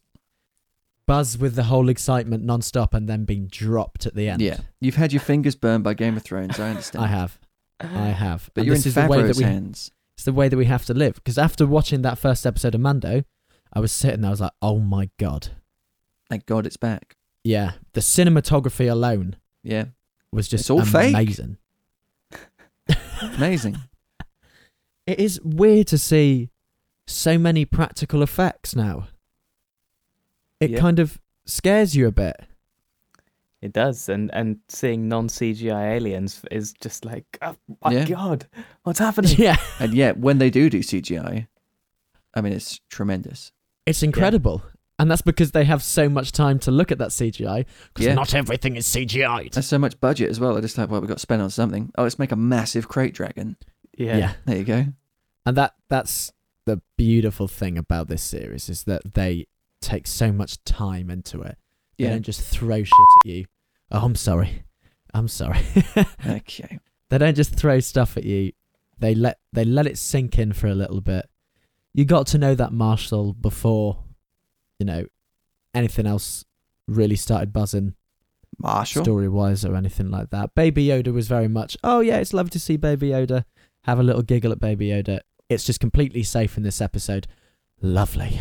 [SPEAKER 2] buzz with the whole excitement non-stop and then being dropped at the end.
[SPEAKER 3] Yeah. You've had your fingers burned by Game of Thrones. I understand.
[SPEAKER 2] I have, I have.
[SPEAKER 3] But
[SPEAKER 2] And
[SPEAKER 3] you're in
[SPEAKER 2] this is the way that
[SPEAKER 3] Favreau's
[SPEAKER 2] we,
[SPEAKER 3] hands.
[SPEAKER 2] it's the way that we have to live. Because after watching that first episode of Mando, I was sitting there, I was like, oh my god,
[SPEAKER 3] Thank God it's back.
[SPEAKER 2] yeah. The cinematography alone
[SPEAKER 3] Yeah.
[SPEAKER 2] was just
[SPEAKER 3] It's all fake.
[SPEAKER 2] amazing.
[SPEAKER 3] Amazing.
[SPEAKER 2] It is weird to see so many practical effects now. It
[SPEAKER 4] Yeah.
[SPEAKER 2] kind of scares you a bit.
[SPEAKER 4] It does, and and seeing non CGI aliens is just like, oh my
[SPEAKER 3] Yeah.
[SPEAKER 4] god, what's happening?
[SPEAKER 2] yeah.
[SPEAKER 3] and yet, when they do do CGI, I mean, it's tremendous.
[SPEAKER 2] It's incredible. and that's because they have so much time to look at that CGI. Because
[SPEAKER 3] Yeah.
[SPEAKER 2] not everything is CGI'd.
[SPEAKER 3] There's so much budget as well. I just like, well, we've got to spend on something. Oh, let's make a massive crate dragon.
[SPEAKER 4] Yeah.
[SPEAKER 3] There you go.
[SPEAKER 2] and that that's the beautiful thing about this series is that they take so much time into it. They
[SPEAKER 3] Yeah.
[SPEAKER 2] don't just throw shit at you. Oh, I'm sorry. I'm sorry.
[SPEAKER 3] Okay.
[SPEAKER 2] they don't just throw stuff at you. They let they let it sink in for a little bit. You got to know that Marshall before, you know, anything else really started buzzing
[SPEAKER 3] Marshall.
[SPEAKER 2] story wise or anything like that. Baby Yoda was very much, oh yeah, it's lovely to see Baby Yoda. Have a little giggle at Baby Yoda. It's just completely safe in this episode. Lovely.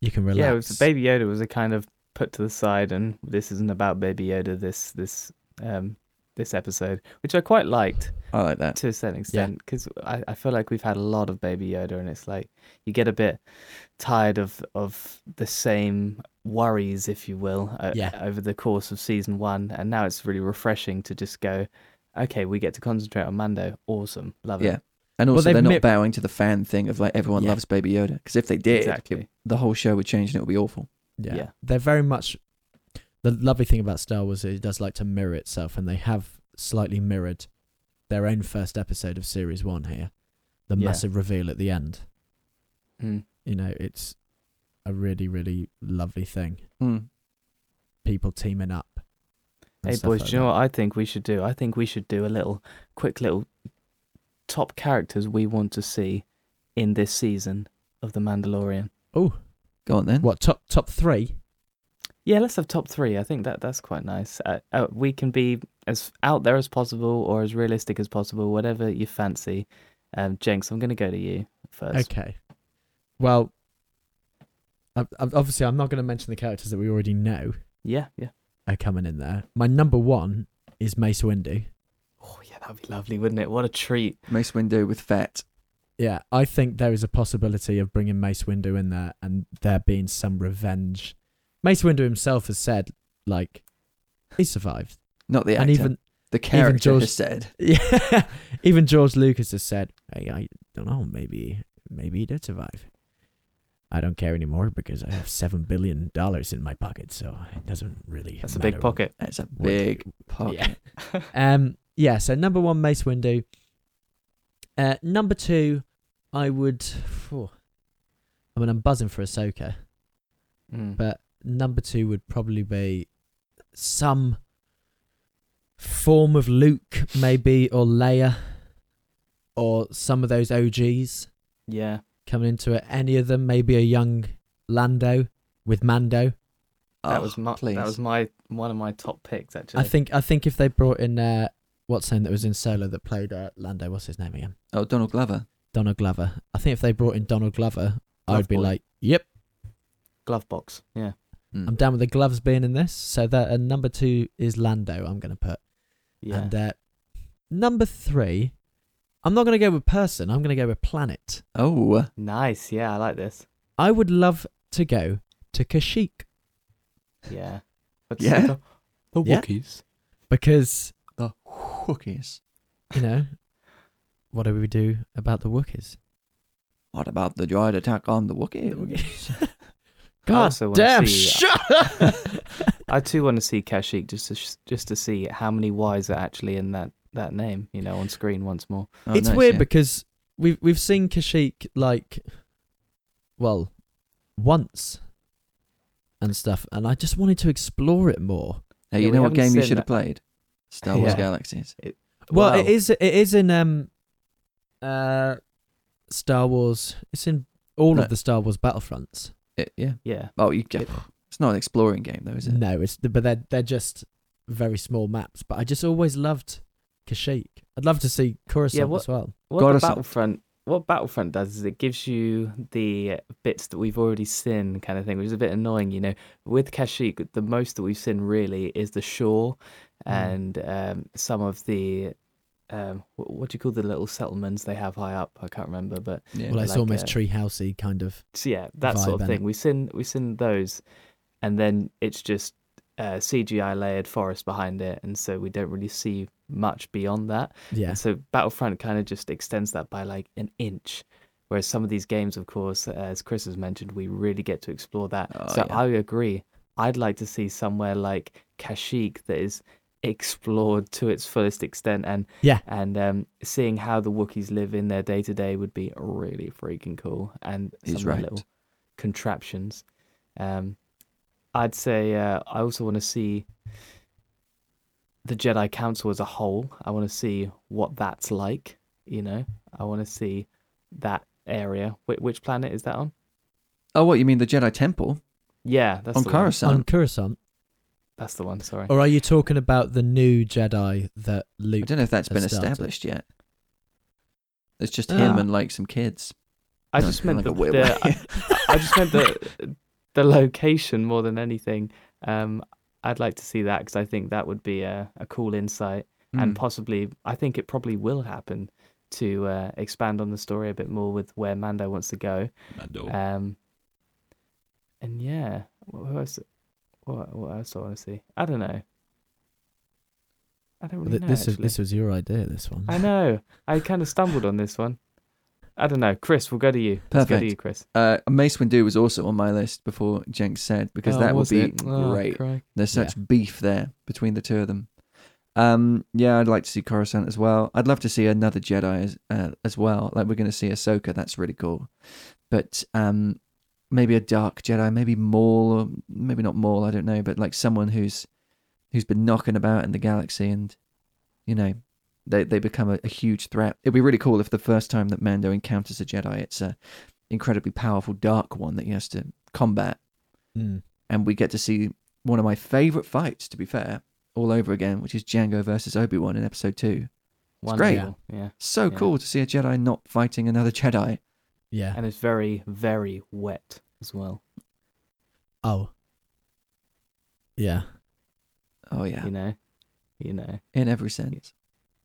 [SPEAKER 2] You can relax.
[SPEAKER 4] Yeah, it was, Baby Yoda was a kind of put to the side, and this isn't about Baby Yoda. This this um this episode, which I quite liked
[SPEAKER 3] I like that.
[SPEAKER 4] to a certain extent, because I, I feel like we've had a lot of Baby Yoda, and it's like you get a bit tired of of the same worries, if you will, o-
[SPEAKER 2] Yeah.
[SPEAKER 4] over the course of season one, and now it's really refreshing to just go. Okay, we get to concentrate on Mando. Awesome, love
[SPEAKER 3] Yeah.
[SPEAKER 4] it.
[SPEAKER 3] And
[SPEAKER 2] Well,
[SPEAKER 3] also,
[SPEAKER 2] they've
[SPEAKER 3] they're not
[SPEAKER 2] mi-
[SPEAKER 3] bowing to the fan thing of like everyone
[SPEAKER 2] Yeah.
[SPEAKER 3] loves Baby Yoda because if they did,
[SPEAKER 4] Exactly.
[SPEAKER 3] the whole show would change and it would be awful.
[SPEAKER 2] Yeah.
[SPEAKER 4] Yeah.
[SPEAKER 2] They're very much the lovely thing about Star Wars is it does like to mirror itself and they have slightly mirrored their own first episode of series 1 here. The
[SPEAKER 4] Yeah.
[SPEAKER 2] massive reveal at the end.
[SPEAKER 4] Mm.
[SPEAKER 2] You know, it's a really really lovely thing.
[SPEAKER 3] Mm.
[SPEAKER 2] People teaming up. and
[SPEAKER 4] Hey
[SPEAKER 2] stuff
[SPEAKER 4] boys,
[SPEAKER 2] like
[SPEAKER 4] do you
[SPEAKER 2] that.
[SPEAKER 4] know what I think we should do? I think we should do a little quick little top characters we want to see in this season of The Mandalorian.
[SPEAKER 2] Oh,
[SPEAKER 3] Go on then.
[SPEAKER 2] what top top 3?
[SPEAKER 4] Yeah, let's have top three. I think that that's quite nice. Uh, uh, we can be as out there as possible or as realistic as possible, whatever you fancy. Um, Jenks, I'm going to go to you first.
[SPEAKER 2] Okay. Well, I, I, obviously, I'm not going to mention the characters that we already know
[SPEAKER 4] Yeah, yeah.
[SPEAKER 2] are coming in there. My number one is Mace Windu.
[SPEAKER 4] Oh, yeah, that'd be lovely, wouldn't it? What a treat.
[SPEAKER 3] Mace Windu with Fett.
[SPEAKER 2] Yeah, I think there is a possibility of bringing Mace Windu in there and there being some revenge. Mace Windu himself has said, like, he survived,
[SPEAKER 3] Not the actor.
[SPEAKER 2] and even
[SPEAKER 3] the character
[SPEAKER 2] George-
[SPEAKER 3] has said.
[SPEAKER 2] yeah, even George Lucas has said, hey, I don't know, maybe maybe he did survive. I don't care anymore because I have seven billion dollars in my pocket, so it doesn't really.
[SPEAKER 4] That's a big
[SPEAKER 2] matter
[SPEAKER 4] pocket.
[SPEAKER 3] That's a
[SPEAKER 2] what-
[SPEAKER 3] big pocket.
[SPEAKER 2] Um, yeah, so number one, Mace Windu. Uh, number two, I would. phew. I mean, I'm buzzing for Ahsoka,
[SPEAKER 4] Mm.
[SPEAKER 2] but number two would probably be some form of Luke, maybe, or Leia, or some of those OGs
[SPEAKER 4] Yeah.
[SPEAKER 2] coming into it. Any of them, maybe a young Lando with Mando.
[SPEAKER 4] That
[SPEAKER 3] Oh,
[SPEAKER 4] was my
[SPEAKER 3] please.
[SPEAKER 4] that was my one of my top picks actually.
[SPEAKER 2] I think I think if they brought in uh, what's his name that was in Solo that played uh, Lando, what's his name again?
[SPEAKER 3] oh, Donald Glover.
[SPEAKER 2] Donald Glover. I think if they brought in Donald Glover, I
[SPEAKER 4] Glove
[SPEAKER 2] would be
[SPEAKER 4] boy.
[SPEAKER 2] like, "Yep,
[SPEAKER 4] glove box. Yeah.
[SPEAKER 3] Mm.
[SPEAKER 2] I'm down with the gloves being in this." So that and number two is Lando. I'm going to put
[SPEAKER 4] Yeah.
[SPEAKER 2] and uh, number three. I'm not going to go with person. I'm going to go with planet.
[SPEAKER 3] Oh,
[SPEAKER 4] nice. Yeah, I like this.
[SPEAKER 2] I would love to go to Kashyyyk
[SPEAKER 4] Yeah. But
[SPEAKER 3] Yeah.
[SPEAKER 4] The, the
[SPEAKER 2] Yeah.
[SPEAKER 4] Wookiees.
[SPEAKER 2] because
[SPEAKER 3] the Wookiees.
[SPEAKER 2] you know what do we do about the Wookiees?
[SPEAKER 3] What about the droid attack on the Wookiees?
[SPEAKER 2] God
[SPEAKER 4] also wanna
[SPEAKER 2] damn!
[SPEAKER 4] see-
[SPEAKER 2] Shut up.
[SPEAKER 4] I too want to see Kashyyyk just to sh- just to see how many Ys are actually in that that name, you know, on screen once more.
[SPEAKER 3] Oh,
[SPEAKER 2] it's
[SPEAKER 3] nice,
[SPEAKER 2] weird
[SPEAKER 3] yeah.
[SPEAKER 2] because we've we've seen Kashyyyk like, well, once and stuff, and I just wanted to explore it more.
[SPEAKER 3] Hey,
[SPEAKER 4] Yeah,
[SPEAKER 3] you
[SPEAKER 4] we
[SPEAKER 3] know what
[SPEAKER 4] haven't
[SPEAKER 3] game you
[SPEAKER 4] seen
[SPEAKER 3] should have
[SPEAKER 4] that.
[SPEAKER 3] played? Star Wars
[SPEAKER 4] Yeah.
[SPEAKER 3] Galaxies.
[SPEAKER 2] Well,
[SPEAKER 4] Wow.
[SPEAKER 2] it is it is in um, uh, Star Wars. It's in all
[SPEAKER 3] No.
[SPEAKER 2] of the Star Wars Battlefronts.
[SPEAKER 3] It- yeah.
[SPEAKER 4] Yeah.
[SPEAKER 3] Oh, you get.
[SPEAKER 4] It-
[SPEAKER 3] It's not an exploring game though, is it?
[SPEAKER 2] No, it's but they're they're just very small maps. But I just always loved Kashyyyk. I'd love to see Coruscant
[SPEAKER 4] what-
[SPEAKER 2] as well.
[SPEAKER 4] What
[SPEAKER 3] God,
[SPEAKER 4] the
[SPEAKER 3] it's not-
[SPEAKER 4] Battlefront what Battlefront does is it gives you the bits that we've already seen kind of thing, which is a bit annoying, you know. With Kashyyyk, the most that we've seen really is the shore
[SPEAKER 2] Hmm.
[SPEAKER 4] and um, some of the um, wh- what do you call the little settlements they have high up? I can't remember, but
[SPEAKER 3] Yeah.
[SPEAKER 2] Well, it's
[SPEAKER 4] like,
[SPEAKER 2] almost
[SPEAKER 4] uh,
[SPEAKER 2] treehousey kind of.
[SPEAKER 4] So yeah, that sort
[SPEAKER 2] vibe,
[SPEAKER 4] of
[SPEAKER 2] innit?
[SPEAKER 4] thing. We've seen we've seen those, and then it's just uh, CGI layered forest behind it, and so we don't really see much beyond that.
[SPEAKER 2] Yeah,
[SPEAKER 4] And so Battlefront kind of just extends that by like an inch, Whereas some of these games, of course, as Chris has mentioned, we really get to explore that.
[SPEAKER 3] Oh,
[SPEAKER 4] so
[SPEAKER 3] yeah.
[SPEAKER 4] I agree. I'd like to see somewhere like Kashyyyk that is explored to its fullest extent, and
[SPEAKER 2] Yeah.
[SPEAKER 4] and um, seeing how the Wookiees live in their day to day would be really freaking cool. And some
[SPEAKER 3] He's
[SPEAKER 4] of their
[SPEAKER 3] right.
[SPEAKER 4] little contraptions. Um, I'd say uh, I also want to see the Jedi Council as a whole. I want to see what that's like. You know, I want to see that area. Wh- which planet is that on?
[SPEAKER 3] Oh, what you mean the Jedi Temple
[SPEAKER 4] Yeah, that's
[SPEAKER 3] on
[SPEAKER 4] the one.
[SPEAKER 3] Coruscant?
[SPEAKER 2] on Coruscant,
[SPEAKER 4] That's the one. Sorry.
[SPEAKER 2] or are you talking about the new Jedi that
[SPEAKER 3] I
[SPEAKER 2] Luke?
[SPEAKER 3] don't know if that's
[SPEAKER 2] has
[SPEAKER 3] been
[SPEAKER 2] started.
[SPEAKER 3] established yet. It's just him
[SPEAKER 2] Ah.
[SPEAKER 3] and like some kids.
[SPEAKER 4] I
[SPEAKER 3] No,
[SPEAKER 4] just meant
[SPEAKER 3] like a
[SPEAKER 4] the,
[SPEAKER 3] weird
[SPEAKER 4] the
[SPEAKER 3] way.
[SPEAKER 4] I just meant the the location more than anything. Um, I'd like to see that because I think that would be a, a cool insight, and
[SPEAKER 3] Mm.
[SPEAKER 4] possibly I think it probably will happen to uh, expand on the story a bit more with where Mando wants to go.
[SPEAKER 2] Uh,
[SPEAKER 4] Um, and yeah, what, who else? What, what else do I want to see? I don't know. I don't really
[SPEAKER 2] Th-
[SPEAKER 4] know.
[SPEAKER 2] this is
[SPEAKER 4] actually.
[SPEAKER 2] this was your idea. This one.
[SPEAKER 4] I know. I kind of stumbled on this one. I don't know, Chris. We'll go to you. Let's go to
[SPEAKER 3] Perfect.
[SPEAKER 4] you, Chris.
[SPEAKER 3] Uh, Mace Windu was also on my list before Jenks said because
[SPEAKER 4] Oh,
[SPEAKER 3] that would
[SPEAKER 4] was
[SPEAKER 3] be
[SPEAKER 4] it? Oh,
[SPEAKER 3] great.
[SPEAKER 4] crikey.
[SPEAKER 3] There's such beef there between the two of them. Um, yeah, I'd like to see Coruscant as well. I'd love to see another Jedi as uh, as well. Like we're going to see Ahsoka. That's really cool. But um, maybe a dark Jedi, maybe Maul, or maybe not Maul. I don't know, but like someone who's who's been knocking about in the galaxy, and you know, they they become a, a huge threat. It'd be really cool if the first time that Mando encounters a Jedi, it's a incredibly powerful dark one that he has to combat
[SPEAKER 2] Mm.
[SPEAKER 3] and we get to see one of my favorite fights, to be fair, all over again, which is Django versus Obi Wan in episode two. It's great.
[SPEAKER 4] Wonderful, Yeah.
[SPEAKER 3] So
[SPEAKER 4] Yeah.
[SPEAKER 3] cool to see a Jedi not fighting another Jedi.
[SPEAKER 2] Yeah.
[SPEAKER 4] And it's very, very wet as well.
[SPEAKER 2] Oh. Yeah.
[SPEAKER 3] Oh yeah,
[SPEAKER 4] You know? You know
[SPEAKER 3] in every sense.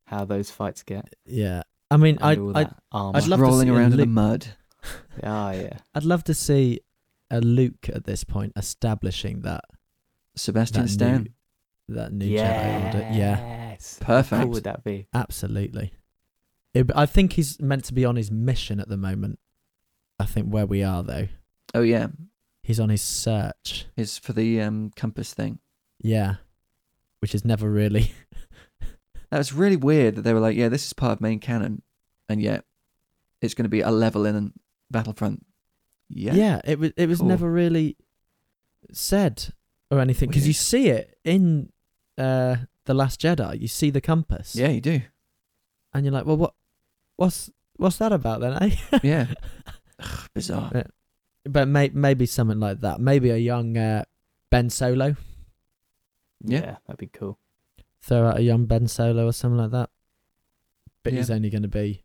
[SPEAKER 4] how those fights get.
[SPEAKER 2] Yeah. I mean,
[SPEAKER 4] And
[SPEAKER 2] I
[SPEAKER 4] all
[SPEAKER 2] I
[SPEAKER 4] that armor.
[SPEAKER 2] I'd love to
[SPEAKER 3] rolling
[SPEAKER 2] see a
[SPEAKER 3] around in the
[SPEAKER 2] li-
[SPEAKER 3] mud.
[SPEAKER 4] Ah, yeah.
[SPEAKER 2] I'd love to see a Luke at this point establishing that
[SPEAKER 3] Sebastian
[SPEAKER 2] that
[SPEAKER 3] Stan,
[SPEAKER 2] new that new
[SPEAKER 4] yes.
[SPEAKER 2] Jedi order. Yeah.
[SPEAKER 4] How
[SPEAKER 3] perfect.
[SPEAKER 4] would that be?
[SPEAKER 2] Absolutely. It, I think he's meant to be on his mission at the moment. I think where we are though,
[SPEAKER 3] Oh yeah,
[SPEAKER 2] he's on his search.
[SPEAKER 3] it's for the um, compass thing.
[SPEAKER 2] Yeah. Which is never really.
[SPEAKER 3] That was really weird that they were like, yeah, this is part of main canon, and yet it's going to be a level in Battlefront. Yeah,
[SPEAKER 2] Yeah. it was. It was
[SPEAKER 3] Cool.
[SPEAKER 2] never really said or anything because you
[SPEAKER 3] Weird.
[SPEAKER 2] see it in uh the Last Jedi. You see the compass.
[SPEAKER 3] yeah, you do.
[SPEAKER 2] And you're like, well, what, what's what's that about then? Eh?
[SPEAKER 3] Yeah, Ugh, bizarre.
[SPEAKER 2] Uh, but may, maybe something like that. Maybe a young uh, Ben Solo.
[SPEAKER 3] Yeah.
[SPEAKER 4] that'd be cool.
[SPEAKER 2] Throw out a young Ben Solo or something like that. But he's
[SPEAKER 3] Yeah.
[SPEAKER 2] only going to be.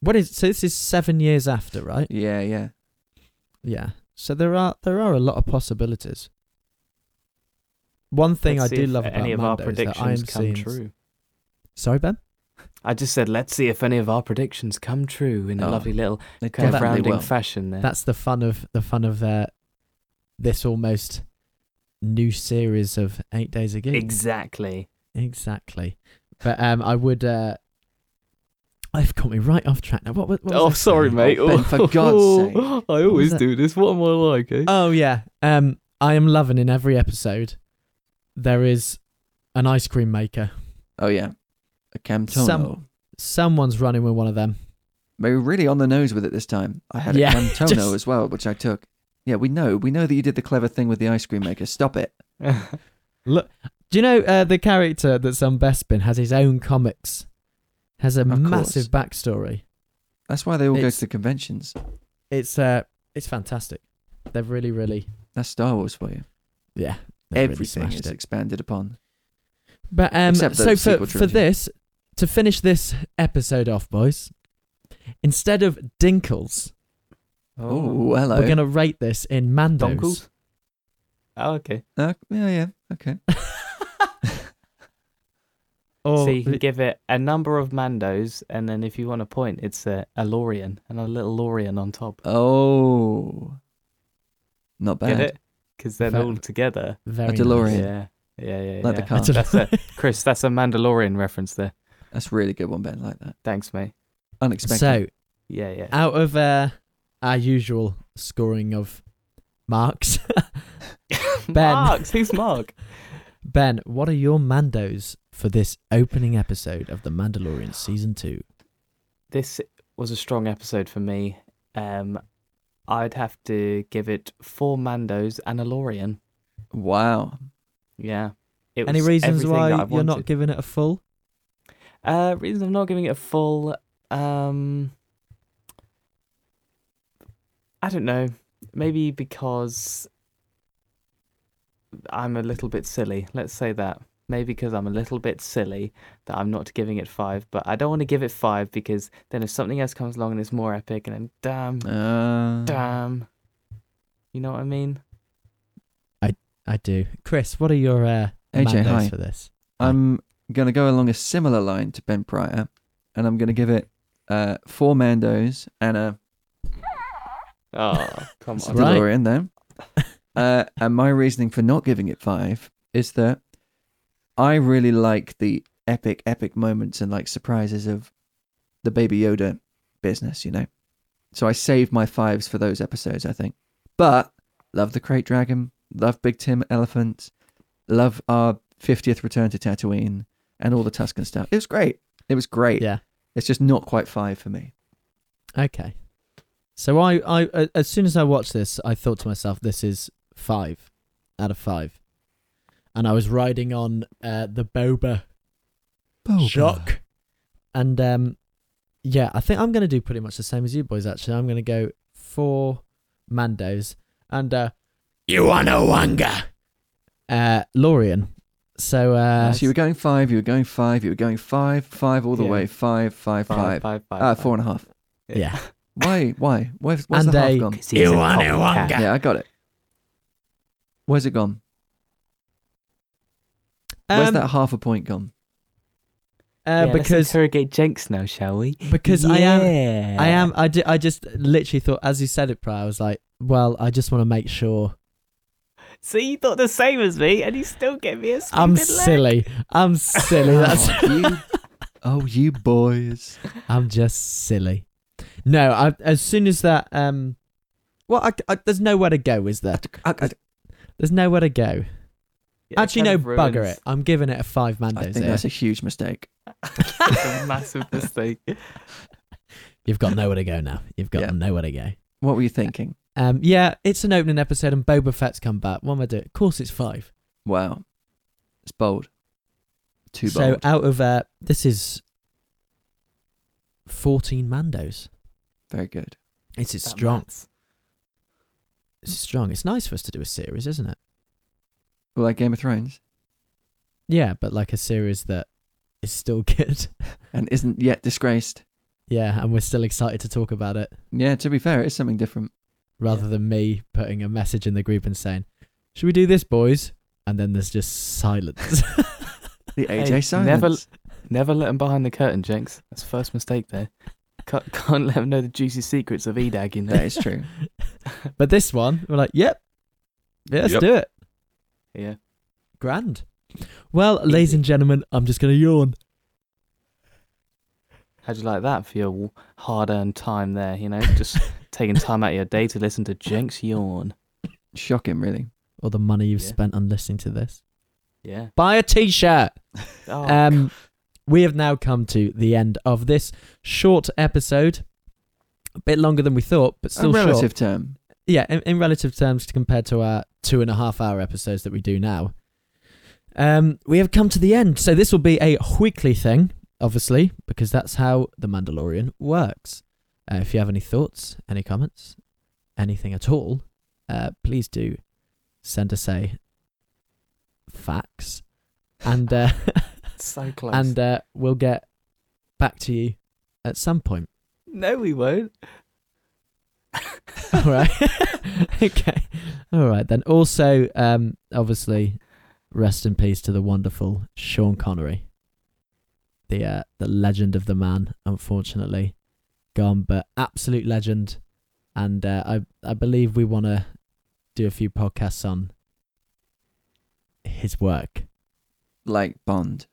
[SPEAKER 2] What is so? This is seven years after, right?
[SPEAKER 3] Yeah, yeah.
[SPEAKER 2] Yeah. So there are there are a lot of possibilities. One thing
[SPEAKER 4] Let's
[SPEAKER 2] I
[SPEAKER 4] see
[SPEAKER 2] do
[SPEAKER 4] if
[SPEAKER 2] love about
[SPEAKER 4] any of our
[SPEAKER 2] Mando is that I am
[SPEAKER 4] predictions come
[SPEAKER 2] seeing.
[SPEAKER 4] true.
[SPEAKER 2] Sorry, Ben.
[SPEAKER 4] I just said, let's see if any of our predictions come true in a
[SPEAKER 3] Oh,
[SPEAKER 4] lovely little
[SPEAKER 3] They
[SPEAKER 4] kind of
[SPEAKER 3] definitely
[SPEAKER 4] rounding
[SPEAKER 3] will.
[SPEAKER 4] fashion there.
[SPEAKER 2] That's the fun of the fun of uh, this almost new series of eight days a gig.
[SPEAKER 4] exactly.
[SPEAKER 2] Exactly. But um, I would. Uh, I've got me right off track now. What, was- what was
[SPEAKER 4] Oh,
[SPEAKER 2] I
[SPEAKER 4] sorry,
[SPEAKER 2] saying?
[SPEAKER 4] mate.
[SPEAKER 3] Oh, Ben, for God's
[SPEAKER 4] sake. I always
[SPEAKER 2] that?
[SPEAKER 4] do this. What am I like? Eh?
[SPEAKER 2] Oh yeah. Um, I am loving in every episode. There is an ice cream maker.
[SPEAKER 3] Oh yeah, a Camtono.
[SPEAKER 2] Some- Someone's running with one of them.
[SPEAKER 3] They were really on the nose with it this time. I had
[SPEAKER 2] Yeah,
[SPEAKER 3] a Camtono
[SPEAKER 2] just-
[SPEAKER 3] as well, which I took. Yeah, we know. We know that you did the clever thing with the ice cream maker. Stop it. Oh.
[SPEAKER 2] Do you know uh, the character that's on Bespin has his own comics, has a
[SPEAKER 3] course.
[SPEAKER 2] massive backstory.
[SPEAKER 3] That's why they all go
[SPEAKER 2] It's-
[SPEAKER 3] to the conventions.
[SPEAKER 2] It's uh, it's fantastic. They've really, really,
[SPEAKER 3] That's Star Wars for you.
[SPEAKER 2] yeah, they've really
[SPEAKER 3] Everything
[SPEAKER 2] smashed
[SPEAKER 3] is
[SPEAKER 2] it.
[SPEAKER 3] expanded upon.
[SPEAKER 2] But um,
[SPEAKER 3] Except the
[SPEAKER 2] so for,
[SPEAKER 3] sequel
[SPEAKER 2] for
[SPEAKER 3] trilogy.
[SPEAKER 2] this, to finish this episode off, boys, instead of Dinkles,
[SPEAKER 3] Oh, hello.
[SPEAKER 2] we're going to rate this in Mandos.
[SPEAKER 4] Donkles? Oh, okay.
[SPEAKER 3] Uh, yeah, yeah. Okay.
[SPEAKER 2] Or
[SPEAKER 4] so you can give it a number of Mandos, and then if you want a point, it's a, a Lorian and a little Lorian on top.
[SPEAKER 3] Oh, not
[SPEAKER 4] Get
[SPEAKER 3] bad.
[SPEAKER 4] it? Because they're
[SPEAKER 2] Fair.
[SPEAKER 4] all together.
[SPEAKER 2] very
[SPEAKER 3] a DeLorean.
[SPEAKER 2] nice.
[SPEAKER 4] Yeah, yeah, yeah.
[SPEAKER 3] Like the
[SPEAKER 4] yeah.
[SPEAKER 3] car.
[SPEAKER 2] That's a-
[SPEAKER 4] That's it. Chris, that's a Mandalorian reference there.
[SPEAKER 3] That's really good one, Ben. Like that.
[SPEAKER 4] Thanks, mate.
[SPEAKER 3] Unexpected.
[SPEAKER 2] so
[SPEAKER 4] Yeah, yeah.
[SPEAKER 2] out of uh, our usual scoring of marks, Ben.
[SPEAKER 4] Marks, who's Mark?
[SPEAKER 2] Ben, what are your mandos for this opening episode of The Mandalorian season two?
[SPEAKER 4] this was a strong episode for me. Um, I'd have to give it four Mandos and a Lorian.
[SPEAKER 3] Wow.
[SPEAKER 4] Yeah. It
[SPEAKER 2] Any
[SPEAKER 4] was
[SPEAKER 2] reasons
[SPEAKER 4] everything that I
[SPEAKER 2] why you're not
[SPEAKER 4] wanted.
[SPEAKER 2] giving it a full?
[SPEAKER 4] Uh, reasons I'm not giving it a full. Um, I don't know. Maybe because I'm a little bit silly. Let's say that. Maybe because I'm a little bit silly that I'm not giving it five. But I don't want to give it five because then if something else comes along and it's more epic, and then damn,
[SPEAKER 3] Uh,
[SPEAKER 4] damn, you know what I mean?
[SPEAKER 2] I do. Chris, what are your uh, mandos
[SPEAKER 3] AJ, hi.
[SPEAKER 2] for this?
[SPEAKER 3] I'm going to go along a similar line to Ben Pryor, and I'm going to give it uh, four Mandos and a
[SPEAKER 4] Oh, come
[SPEAKER 3] It's
[SPEAKER 4] on.
[SPEAKER 2] Right.
[SPEAKER 3] DeLorean then. Uh, and my reasoning for not giving it five is that I really like the epic, epic moments and like surprises of the Baby Yoda business, you know. So I saved my fives for those episodes, I think. But love the Crate Dragon, love Big Tim Elephant, love our 50th return to Tatooine and all the Tuscan stuff. It was great. It was great.
[SPEAKER 2] Yeah.
[SPEAKER 3] It's just not quite five for me.
[SPEAKER 2] Okay. So I, I, a- as soon as I watched this, I thought to myself, this is five out of five. And I was riding on uh, the boba, shock, and um, yeah, I think I'm going to do pretty much the same as you boys. Actually, I'm going to go four mandos and uh, you wanna wanga, uh, Lorian. So uh,
[SPEAKER 3] so you were going five, you were going five, you were going five, five all the
[SPEAKER 4] Yeah.
[SPEAKER 3] way, five, five,
[SPEAKER 4] Five,
[SPEAKER 3] five.
[SPEAKER 4] five, five,
[SPEAKER 3] Ah,
[SPEAKER 4] five.
[SPEAKER 3] four and a half.
[SPEAKER 2] yeah,
[SPEAKER 3] Why? Why? Where's, where's
[SPEAKER 2] And
[SPEAKER 3] the half
[SPEAKER 2] a-
[SPEAKER 3] gone?
[SPEAKER 4] 'Cause he's a
[SPEAKER 2] Iwane
[SPEAKER 4] copycat.
[SPEAKER 2] Wanga.
[SPEAKER 3] Yeah, I got it. Where's it gone? Where's
[SPEAKER 2] Um,
[SPEAKER 3] that half a point gone?
[SPEAKER 2] uh,
[SPEAKER 4] Yeah, let's
[SPEAKER 2] because
[SPEAKER 4] interrogate Jenks now, shall we?
[SPEAKER 2] because I am
[SPEAKER 4] Yeah.
[SPEAKER 2] I am. I, di- I just literally thought, as you said it, Pri, I was like, well, I just want to make sure
[SPEAKER 4] So you thought the same as me, and you still gave me a stupid
[SPEAKER 2] I'm
[SPEAKER 4] leg.
[SPEAKER 2] silly. I'm silly. That's,
[SPEAKER 3] Oh, you, oh, you boys.
[SPEAKER 2] I'm just silly. No, I, as soon as that, um, well, I, I, there's nowhere to go, is there?
[SPEAKER 3] I, I-
[SPEAKER 2] There's nowhere to go.
[SPEAKER 4] Yeah,
[SPEAKER 2] Actually, no,
[SPEAKER 4] kind of
[SPEAKER 2] bugger
[SPEAKER 4] ruins-
[SPEAKER 2] it. I'm giving it a five
[SPEAKER 3] I
[SPEAKER 2] Mandos.
[SPEAKER 3] think
[SPEAKER 2] Here.
[SPEAKER 3] that's a huge mistake.
[SPEAKER 4] It's a massive mistake.
[SPEAKER 2] You've got nowhere to go now. You've got
[SPEAKER 3] Yeah.
[SPEAKER 2] nowhere to go.
[SPEAKER 3] What were you thinking?
[SPEAKER 2] Um, yeah, it's an opening episode, and Boba Fett's come back. What am I doing? Of course, it's five.
[SPEAKER 3] Wow. It's bold. Too
[SPEAKER 2] so
[SPEAKER 3] bold.
[SPEAKER 2] out of uh, this is fourteen Mandos.
[SPEAKER 3] Very good.
[SPEAKER 2] It's it's
[SPEAKER 4] That
[SPEAKER 2] strong.
[SPEAKER 4] maths.
[SPEAKER 2] It's strong. It's nice for us to do a series, isn't it?
[SPEAKER 3] Well, like Game of Thrones.
[SPEAKER 2] Yeah, but like a series that is still good.
[SPEAKER 3] And isn't yet disgraced.
[SPEAKER 2] yeah, and we're still excited to talk about it
[SPEAKER 3] Yeah, to be fair, it is something different.
[SPEAKER 2] rather
[SPEAKER 4] Yeah.
[SPEAKER 2] than me putting a message in the group and saying, "Should we do this, boys?" And then there's just silence.
[SPEAKER 3] The
[SPEAKER 4] Hey,
[SPEAKER 3] AJ silence.
[SPEAKER 4] never- Never let him behind the curtain, Jenks. That's the first mistake there. Can't, can't let him know the juicy secrets of Edag in
[SPEAKER 3] That
[SPEAKER 4] there.
[SPEAKER 3] is true.
[SPEAKER 2] but this one, we're like, "Yep, yeah, let's
[SPEAKER 4] Yep.
[SPEAKER 2] do it."
[SPEAKER 4] yeah.
[SPEAKER 2] Grand. Well, ladies and gentlemen, I'm just gonna yawn.
[SPEAKER 4] How'd you like that for your hard-earned time there? You know, just taking time out of your day to listen to Jenks yawn.
[SPEAKER 3] Shocking, really.
[SPEAKER 2] All the money you've
[SPEAKER 4] Yeah.
[SPEAKER 2] spent on listening to this.
[SPEAKER 4] Yeah.
[SPEAKER 2] Buy a t-shirt.
[SPEAKER 4] Oh,
[SPEAKER 2] um, we have now come to the end of this short episode. A bit longer than we thought, but
[SPEAKER 3] A
[SPEAKER 2] still
[SPEAKER 3] relative
[SPEAKER 2] short.
[SPEAKER 3] term.
[SPEAKER 2] Yeah, in, in relative terms compared to our two and a half hour episodes that we do now. Um, we have come to the end. So this will be a weekly thing, obviously, because that's how The Mandalorian works. Uh, if you have any thoughts, any comments, anything at all, uh, please do send us a fax. And. Uh,
[SPEAKER 4] so close.
[SPEAKER 2] and uh, we'll get back to you at some point.
[SPEAKER 4] no, we won't.
[SPEAKER 2] All right. okay. All right then. Also, um, obviously, rest in peace to the wonderful Sean Connery, the uh, the legend of the man. Unfortunately, gone, but absolute legend. And uh, I I believe we want to do a few podcasts on his work.
[SPEAKER 3] Like Bond.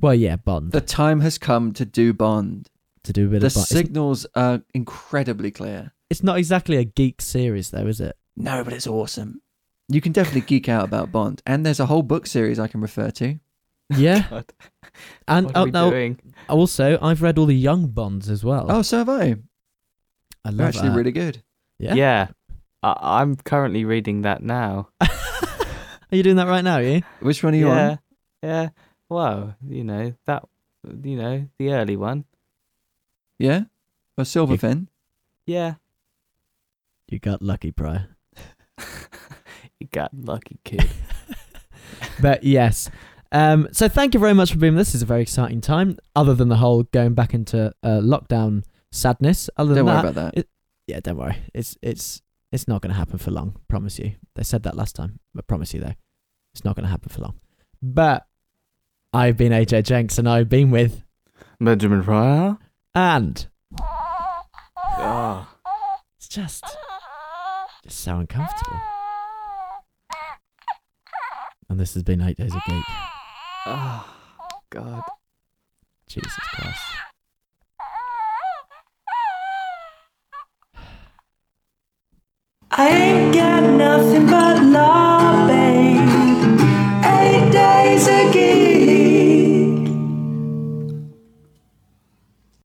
[SPEAKER 2] Well, yeah, Bond.
[SPEAKER 3] The time has come to do Bond.
[SPEAKER 2] to do a bit
[SPEAKER 3] The
[SPEAKER 2] of bi- it's-
[SPEAKER 3] signals are incredibly clear.
[SPEAKER 2] it's not exactly a geek series though, is it?
[SPEAKER 3] No, but it's awesome. You can definitely geek out about Bond, and there's a whole book series I can refer to.
[SPEAKER 2] Yeah.
[SPEAKER 4] God,
[SPEAKER 2] and
[SPEAKER 4] what are
[SPEAKER 2] oh,
[SPEAKER 4] we
[SPEAKER 2] no,
[SPEAKER 4] doing?
[SPEAKER 2] also I've read all the young Bonds as well.
[SPEAKER 3] Oh, so have I.
[SPEAKER 2] I
[SPEAKER 3] They're
[SPEAKER 2] love
[SPEAKER 3] actually
[SPEAKER 2] that.
[SPEAKER 3] really good.
[SPEAKER 2] yeah.
[SPEAKER 4] Yeah. I- I'm currently reading that now.
[SPEAKER 2] Are you doing that right now? Are you?
[SPEAKER 3] Which one are you
[SPEAKER 4] yeah.
[SPEAKER 3] on?
[SPEAKER 4] Yeah. Wow. You know, that, you know, the early one.
[SPEAKER 3] Yeah, or Silverfin?
[SPEAKER 4] Yeah.
[SPEAKER 2] You got lucky, Pryor.
[SPEAKER 4] You got lucky, kid.
[SPEAKER 2] but yes. Um, so thank you very much for being. with us. This is a very exciting time. Other than the whole going back into uh, lockdown sadness. Other than
[SPEAKER 3] Don't worry
[SPEAKER 2] that,
[SPEAKER 3] about that.
[SPEAKER 2] it- yeah, don't worry. It's it's it's not going to happen for long. Promise you. They said that last time. I promise you though, it's not going to happen for long. But I've been AJ Jenks, and I've been with
[SPEAKER 4] Benjamin Pryor.
[SPEAKER 2] and
[SPEAKER 4] Oh.
[SPEAKER 2] it's just just so uncomfortable. And this has been eight days of geek.
[SPEAKER 4] oh. God.
[SPEAKER 2] Jesus Christ.
[SPEAKER 1] I ain't got nothing but